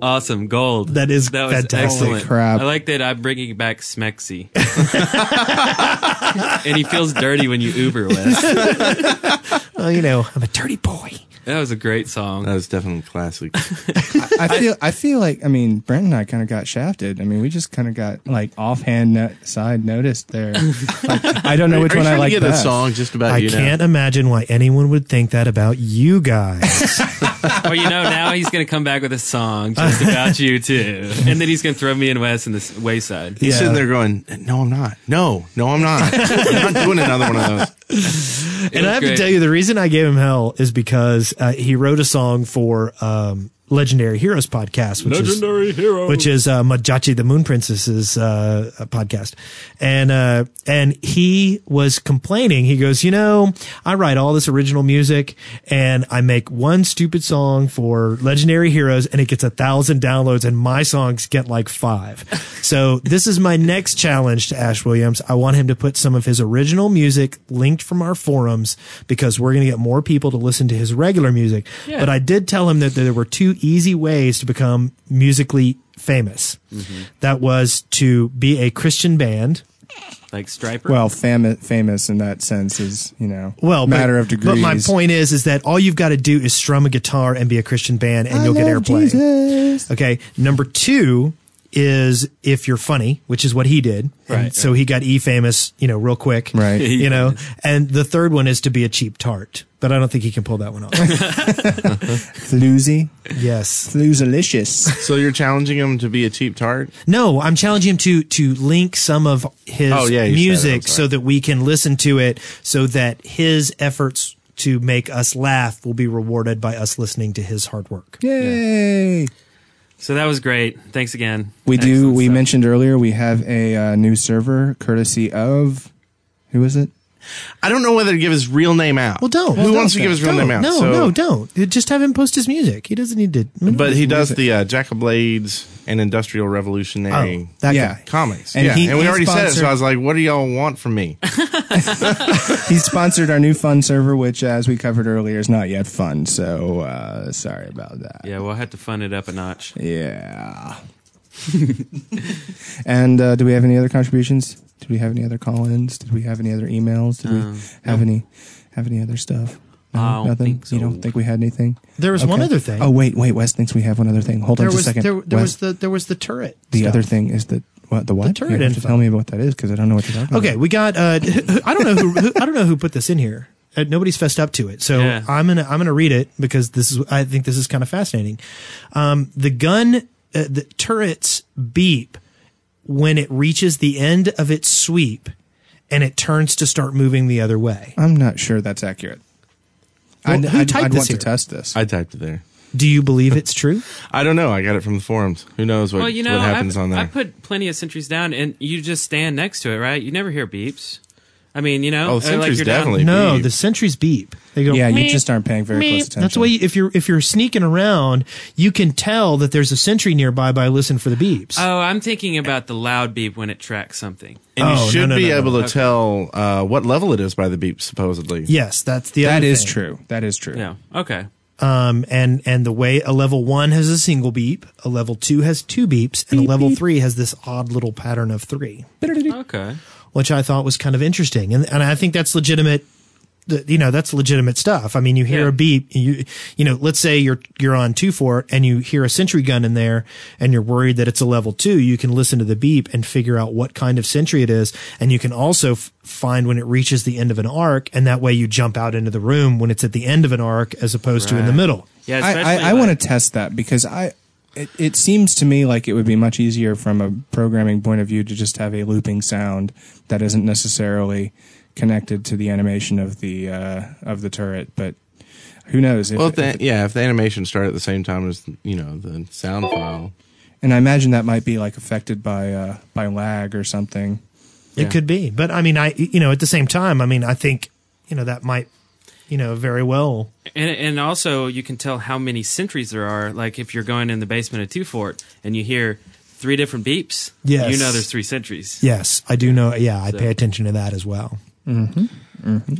Awesome gold.
That is
that was
fantastic.
excellent.
Holy crap.
I like that. I'm bringing back Smexy, *laughs* and he feels dirty when you Uber with.
well, you know, I'm a dirty boy.
That was a great song.
That was definitely *laughs* classic.
I feel I feel like I mean Brent and I kind of got shafted. I mean we just kind of got like offhand no- side noticed there. Like, I don't know which
Are you
one
trying
I
to
like
get a
best.
song just about
I
Uh, you now?
can't imagine why anyone would think that about you guys.
Well, you know, now he's going to come back with a song just about you too, and then he's going to throw me and Wes in the wayside.
He's sitting there going, "No, I'm not. No, no, I'm *laughs* not. I'm not doing another one of those."
and I
was
have to
great.
tell you, the reason I gave him hell is because uh, he wrote a song for um, Legendary Heroes podcast, which
Legendary
is
Heroes.
which is uh, Majachi the Moon Princess's uh, uh, podcast, and uh, and he was complaining. He goes, you know, I write all this original music, and I make one stupid song for Legendary Heroes, and it gets a thousand downloads, and my songs get like five. so this is my next challenge to Ash Williams. I want him to put some of his original music linked from our forums because we're going to get more people to listen to his regular music.
Yeah.
But I did tell him that there were two easy ways to become musically famous. That was to be a Christian band.
Like Striper.
Well, fami- famous in that sense is you know
Well, but-
matter of degrees.
But my point is, is that all you've got to do is strum a guitar and be a Christian band, and
I
you'll get
love
airplay.
Jesus.
Okay. Number two is if you're funny, which is what he did. And
Right,
so he got E famous, you know, real quick.
Right.
You know, and the third one is to be a cheap tart, but I don't think he can pull that one off.
floozy,
yes.
floozalicious.
So you're challenging him to be a cheap tart?
No, I'm challenging him to to link some of his
Oh, yeah, you said it. I'm
music
sorry.
so that we can listen to it, so that his efforts to make us laugh will be rewarded by us listening to his hard work.
Yay!
so that was great. Thanks again.
We do.
Excellent
We
stuff.
mentioned earlier we have a uh, new server courtesy of who is it?
I don't know whether to give his real name out.
Well, don't.
Who
Well,
wants
don't
to give his real
Don't,
name out?
no,
So-
no, don't. You Just have him post his music. He doesn't need to.
But he does the uh, Jack of Blades and Industrial Revolutionary
Oh, that
Yeah.
guy.
comics.
And
yeah,
he
and we
is
already said it. So
sponsored-
I was like, "What do y'all want from me?"
He sponsored our new fun server, which, as we covered earlier, is not yet fun. So uh, sorry about that.
Yeah, we'll have to fun it up a notch.
Yeah. *laughs* and uh, do we have any other contributions? Did we have any other call-ins? Did we have any other emails? Did we have any have any other stuff? No,
I don't
nothing.
think
You Uh, don't
so.
think we had anything?
There was one other thing.
Oh wait, wait. Wes thinks we have one other thing. Hold
there
on just
was
a second.
there, there
Wes,
was the there was the turret.
the
stuff.
other thing is the what the what?
turret
you have to
info.
tell me what that is because I don't know what you're talking
Okay,
about.
we got. Uh, *laughs* I don't know who, who I don't know who put this in here. Uh, nobody's fessed up to it, so
Yeah.
I'm gonna I'm gonna read it because this is I think this is kind of fascinating. Um, the gun, uh, the turrets beep when it reaches the end of its sweep, and it turns to start moving the other way.
I'm not sure that's accurate.
Well,
I'd,
who
I'd,
typed
I'd
this
want
here?
to test
*laughs*
this.
I typed it there.
Do you believe it's true?
I don't know. I got it from the forums. Who knows what,
Well, you know,
what happens
I've-
on there?
I put plenty of sentries down, and you just stand next to it, right? You never hear beeps. I mean, you know,
Oh,
uh,
sentries
you're down-
definitely. They
no,
beep.
the sentries beep. They go.
yeah, you
Meep,
just aren't paying very
meep.
close
That's
attention.
That's why you, if you're if you're sneaking around, you can tell that there's a sentry nearby by listening for the beeps.
Oh, I'm thinking about the loud beep when it tracks something.
and
Oh, no,
you should
no,
be
no, no.
able to tell uh, what level it is by the beep, supposedly.
yes, that's the
that
other
is
thing.
true. That is true.
No, okay.
Um, and and the way a level one has a single beep, a level two has two beeps, and a level three has this odd little pattern of three,
Okay.
which I thought was kind of interesting, and and I think that's legitimate. th- You know that's legitimate stuff. I mean, you hear
Yeah.
a beep. You you know, let's say you're you're on two fort and you hear a sentry gun in there, and you're worried that it's a level two. You can listen to the beep and figure out what kind of sentry it is, and you can also f- find when it reaches the end of an arc, and that way you jump out into the room when it's at the end of an arc as opposed to in the
Right.
middle.
Yeah,
I, I,
especially
I
like-
want to test that because I it, it seems to me like it would be much easier from a programming point of view to just have a looping sound that isn't necessarily connected to the animation of the uh, of the turret. But who knows? If,
Well, if the,
if-
yeah, if the animation started at the same time as you know the sound file,
and I imagine that might be like affected by uh, by lag or something.
It could be, but I mean, I you know, at the same time, I mean, I think you know that might you know very well.
And, and also, you can tell how many sentries there are. Like, if you're going in the basement of Two Fort and you hear three different beeps,
Yes.
you know there's three sentries.
Yes, I do know. Yeah, I pay attention to that as well.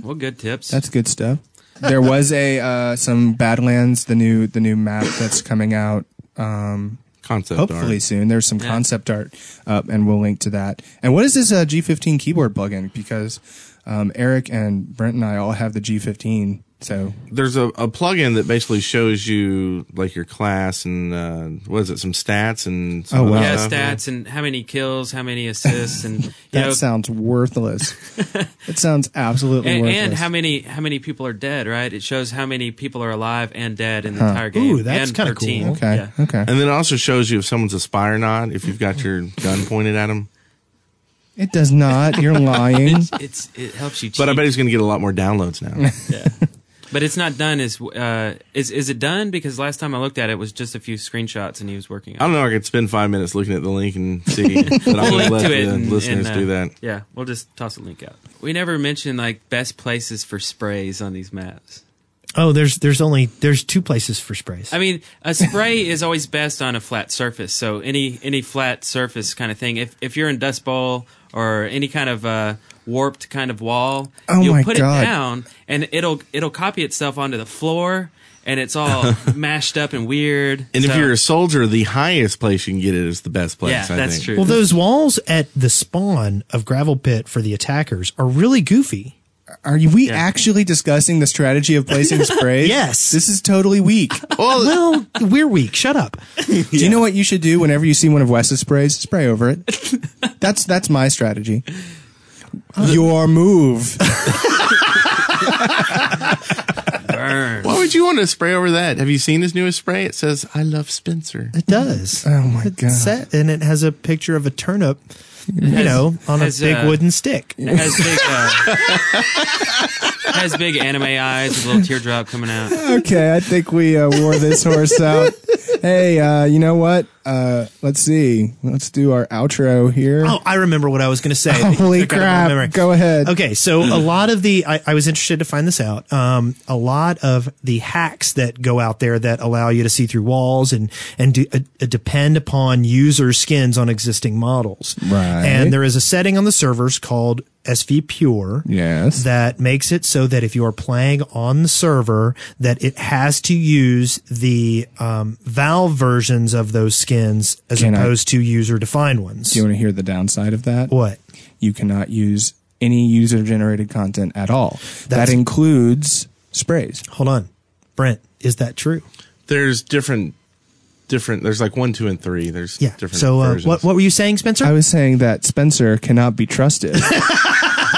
Well, good tips.
That's good stuff. There was a uh, some Badlands, the new the new map that's coming out. Um,
concept
hopefully
art.
soon. There's some
Yeah.
concept art up, and we'll link to that. And what is this uh, G15 keyboard plugin? Because um, Eric and Brent and I all have the G15. So
There's a, a plugin that basically shows you like your class and uh, what is it, some stats and some
Oh, wow.
other
yeah,
stuff.
stats and how many kills, how many assists,
*laughs*
and you
that
know,
sounds
*laughs*
worthless. it sounds absolutely
and,
worthless.
and how many how many people are dead. Right, it shows how many people are alive and dead in the
Huh.
entire game. and per team. Yeah.
Okay.
And then it also shows you if someone's a spy or not, if you've got your gun pointed at them.
it does not. You're lying.
*laughs* It's it helps you.
*laughs*
Cheat.
But I bet he's going to get a lot more downloads
*laughs*
now.
But it's not done. Is uh, is is it done? Because last time I looked at it was just a few screenshots, and he was working.
I don't know. I could spend five minutes looking at the link and
*laughs*
see. But I'm
We'll
going
link
to let
to
the
it and-
listeners
and, uh,
do that.
Yeah, we'll just toss a link out. We never mentioned like best places for sprays on these maps.
Oh, there's there's only there's two places for sprays.
I mean, a spray is always best on a flat surface. So any any flat surface kind of thing. If if you're in dust bowl or any kind of uh, warped kind of wall,
Oh
you'll
my
put
God.
it down and it'll it'll copy itself onto the floor and
*laughs*
it's all mashed up and weird.
And if
So-
you're a soldier, the highest place you can get it is the best place.
Yeah,
I
that's
think.
true.
Well, those walls at the spawn of gravel pit for the attackers are really goofy.
Are you, we actually discussing the strategy of
*laughs*
placing sprays? yes. This is totally weak.
Well, we're weak. Shut up.
Do you know what you should do whenever you see one of Wes's sprays? Spray over
*laughs*
it. That's that's my strategy.
Uh,
Your move.
Why would you want to spray over that? Have you seen his newest spray? It says, I love Spencer.
It does.
*laughs* Oh my
god! Set, and it has a picture of a turnip, you
Has-
know, on a
has,
big
uh,
wooden stick.
It has big, uh, has big anime eyes with a little teardrop coming out.
okay, I think we uh, wore this horse out. Hey, uh, you know what? Uh, let's see. Let's do our outro here.
Oh, I remember what I was going to say.
*laughs* Holy
Took out of my
crap.
memory.
Go ahead. Mm.
Okay, so a lot of the I, I was interested to find this out. Um, a lot of the hacks that go out there that allow you to see through walls and and do, uh, uh, depend upon user skins on existing models.
Right.
And there is a setting on the servers called SV Pure.
Yes.
That makes it so that if you are playing on the server, that it has to use the um, Valve versions of those skins as
Can I-
opposed to user defined ones.
Do you want to hear the downside of that?
What?
You cannot use any user generated content at all.
That's-
that includes sprays.
Hold on. Brent, is that true?
There's different, different, there's like one, two, and three. There's
Yeah.
different
So uh,
versions.
what what were you saying, Spencer?
I was saying that Spencer cannot
*laughs*
be trusted.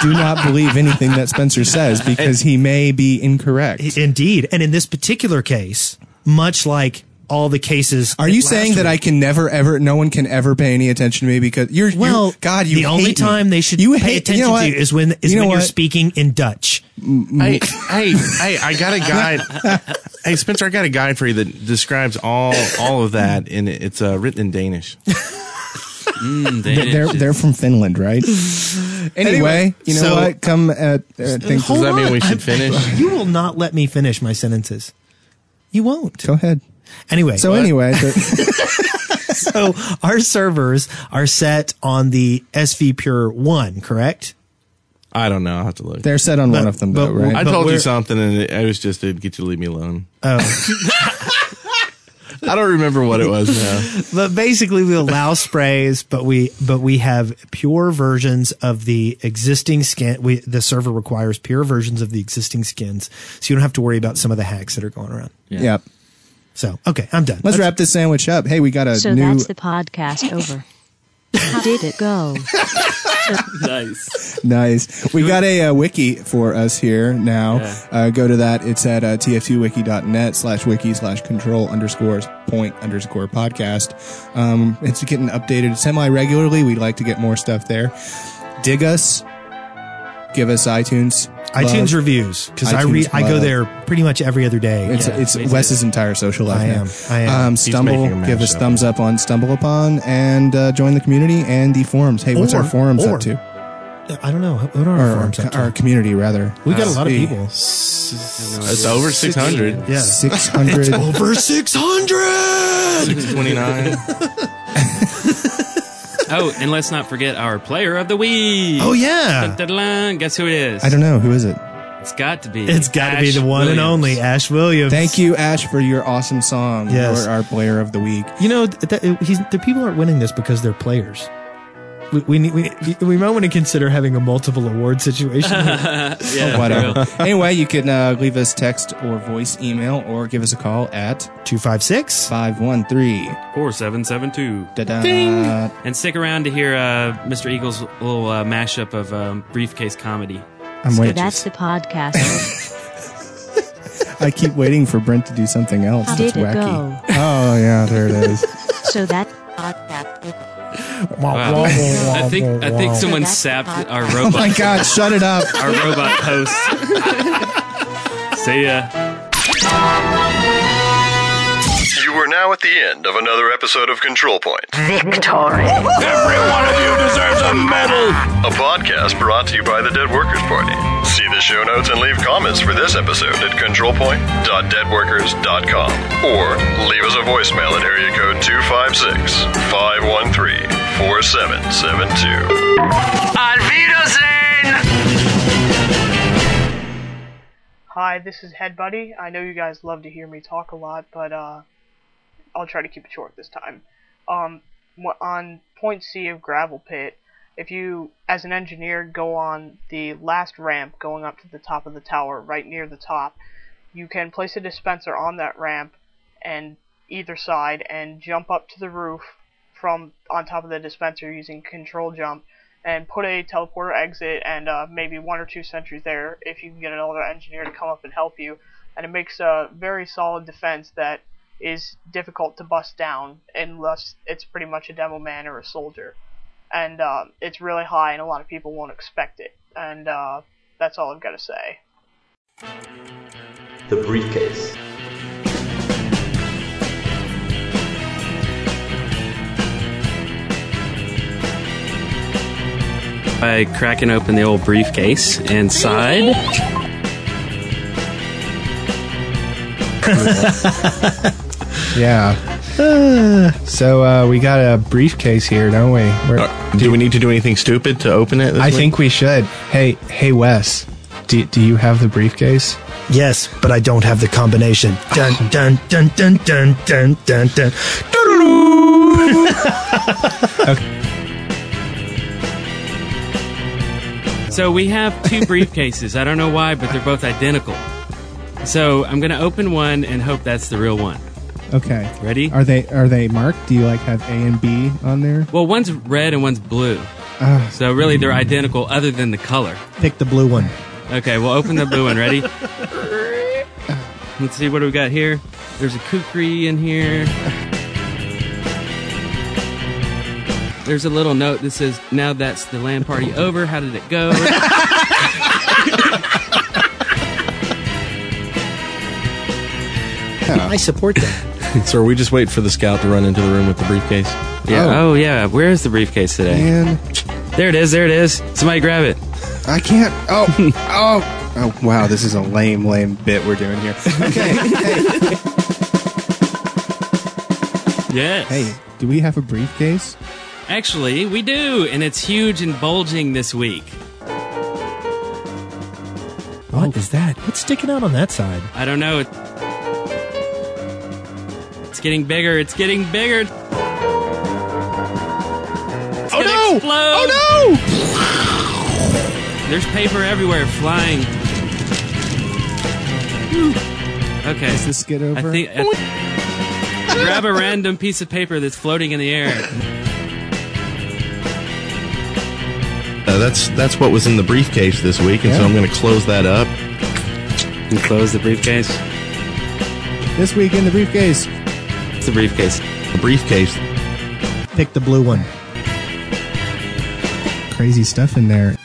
Do not believe anything that Spencer says because he may be incorrect.
Indeed, and in this particular case, much like all the cases,
Are you saying that I can never, ever, no one can ever pay any attention to me because you're, you-
Well,
God, you
the only
hate me.
time they should
You
pay
hate- you
attention
know what?
to you is when is
You know
when you're
what?
speaking in Dutch.
Hey, hey, hey, I got a guide.
*laughs*
hey, Spencer, I got a guide for you that describes all all of that, and it's uh, written in Danish.
They're, they're, they're from Finland, right? *laughs* anyway, you know
so-
what? Come at, uh, think
Hold
that mean
on.
we should
I'm-
finish?
You will not let me finish my sentences. You won't.
Go ahead.
Anyway,
So anyway, the,
so our servers are set on the SV Pure One, correct?
I don't know. I'll have to look.
They're set on one of
*laughs*
them,
but-
though, right?
I
but
told you
we're-
something, and it, I was just to get you to leave me alone.
Oh.
*laughs* I don't remember what it was
*laughs*
now.
but basically we allow sprays but we but we have pure versions of the existing skin we the server requires pure versions of the existing skins so you don't have to worry about some of the hacks that are going around
Yep.
so okay i'm done
Let's wrap this sandwich up. Hey, we got a
So
new.
that's the podcast over. How did it go?
nice.
Nice. We got a, uh wiki for us here now.
Yeah.
Uh, go to that. It's at uh, tf2wiki.net slash wiki slash control underscores point underscore podcast. Um, it's getting updated semi regularly. We'd like to get more stuff there. Dig us. Give us iTunes.
itunes
love.
reviews because i
iTunes
read i go
love.
there pretty much every other day
It's,
Yeah.
it's Wes's entire social life.
I
now.
am. I am.
Um,
He's
stumble,
making a
give us
mashup.
thumbs up on Stumble Upon and uh, join the community and the forums. Hey, what's
Or-
our forums
or-
up to?
i don't know what are
Or
our
our,
forums up to?
our community, rather.
we got a lot of
Uh,
people
It's over six hundred.
yeah *laughs*
600.
over 600
Six twenty nine.
Oh, and let's not forget our player of the week.
oh yeah
Dun, dun, dun. Guess who it is?
I don't know. Who is it?
It's It's got to be.
It's got to be
Ash
the one and
Williams.
only Ash Williams.
Thank you, Ash, for your awesome song.
Yes.
You're our player of the week.
You know, th- that, it- he's, the people aren't winning this because they're players. We, we, need- we, we might want to consider having a multiple award situation.
*laughs*
here.
yeah,
Whatever.
for
anyway, you can uh, leave us text or voice email or give us a call at
256
513.
real. Four seven seven two.
Da-da.
And stick around to hear uh, Mr. Eagle's little uh, mashup of um, briefcase comedy.
I'm waiting.
That's the podcast.
I keep waiting for Brent to do something else
How
that's
did it
wacky.
go?
Oh, yeah, there it is.
so that podcast.
Wow. I think I think someone sapped our robot.
*laughs* Oh my God, shut it up.
Our robot *laughs* host. See ya.
You are now at the end of another episode of Control Point.
Victory.
Every one of you deserves a medal! A podcast brought to you by the Dead Workers Party. See the show notes and leave comments for this episode at controlpoint.deadworkers.com or leave us a voicemail at area code 256 513 4772.
Hi, this is Head Buddy. I know you guys love to hear me talk a lot, but uh, I'll try to keep it short this time. Um, wh- on point C of Gravel Pit, if you, as an engineer, go on the last ramp going up to the top of the tower, right near the top, you can place a dispenser on that ramp and either side and jump up to the roof from on top of the dispenser using control jump and put a teleporter exit and uh, maybe one or two sentries there if you can get another engineer to come up and help you. And it makes a very solid defense that is difficult to bust down unless it's pretty much a demo man or a soldier. And uh, it's really high, and a lot of people won't expect it. And uh, that's all I've got to say.
The briefcase.
By cracking open the old briefcase inside.
Yeah. *sighs* so uh, we got a briefcase here, don't we? We're-
do we need to do anything stupid to open it? This
I
week?
think we should. Hey, hey, Wes, do, do you have the briefcase?
Yes, but I don't have the combination. Dun dun dun dun dun dun dun dun.
So we have two briefcases. I don't know why, but they're both identical. So I'm going to open one and hope that's the real one.
Okay.
Ready?
Are they are they marked? Do you like have A and B on there?
Well, one's red and one's blue.
Ah.
So really, they're identical other than the color.
Pick the blue one.
Okay, we'll open the blue one. Ready? Let's see what do we got here. There's a kukri in here. There's a little note that says, "Now that's the land party over. How did it go?"
I support that.
so. Are we just wait for the scout to run into the room with the briefcase?
Yeah. Oh, yeah. Where is the briefcase today?
Man.
There it is. There it is. Somebody grab it.
I can't. Oh, *laughs* oh, oh! Wow, this is a lame, lame bit we're doing here. Okay. hey.
Yes.
Hey, do we have a briefcase?
Actually, we do, and it's huge and bulging this week.
What is that? What's sticking out on that side?
I don't know. It- It's getting bigger. It's getting bigger. It's oh no! Oh no! *sighs* There's paper everywhere flying. Whew. Okay.
Does this get over?
I think. I- grab a random piece of paper that's floating in the air.
Uh, that's that's what was in the briefcase this week, and so
Yeah.
I'm going to close that up.
And close the briefcase.
This week in the briefcase.
It's the briefcase.
The briefcase.
Pick the blue one.
Crazy stuff in there.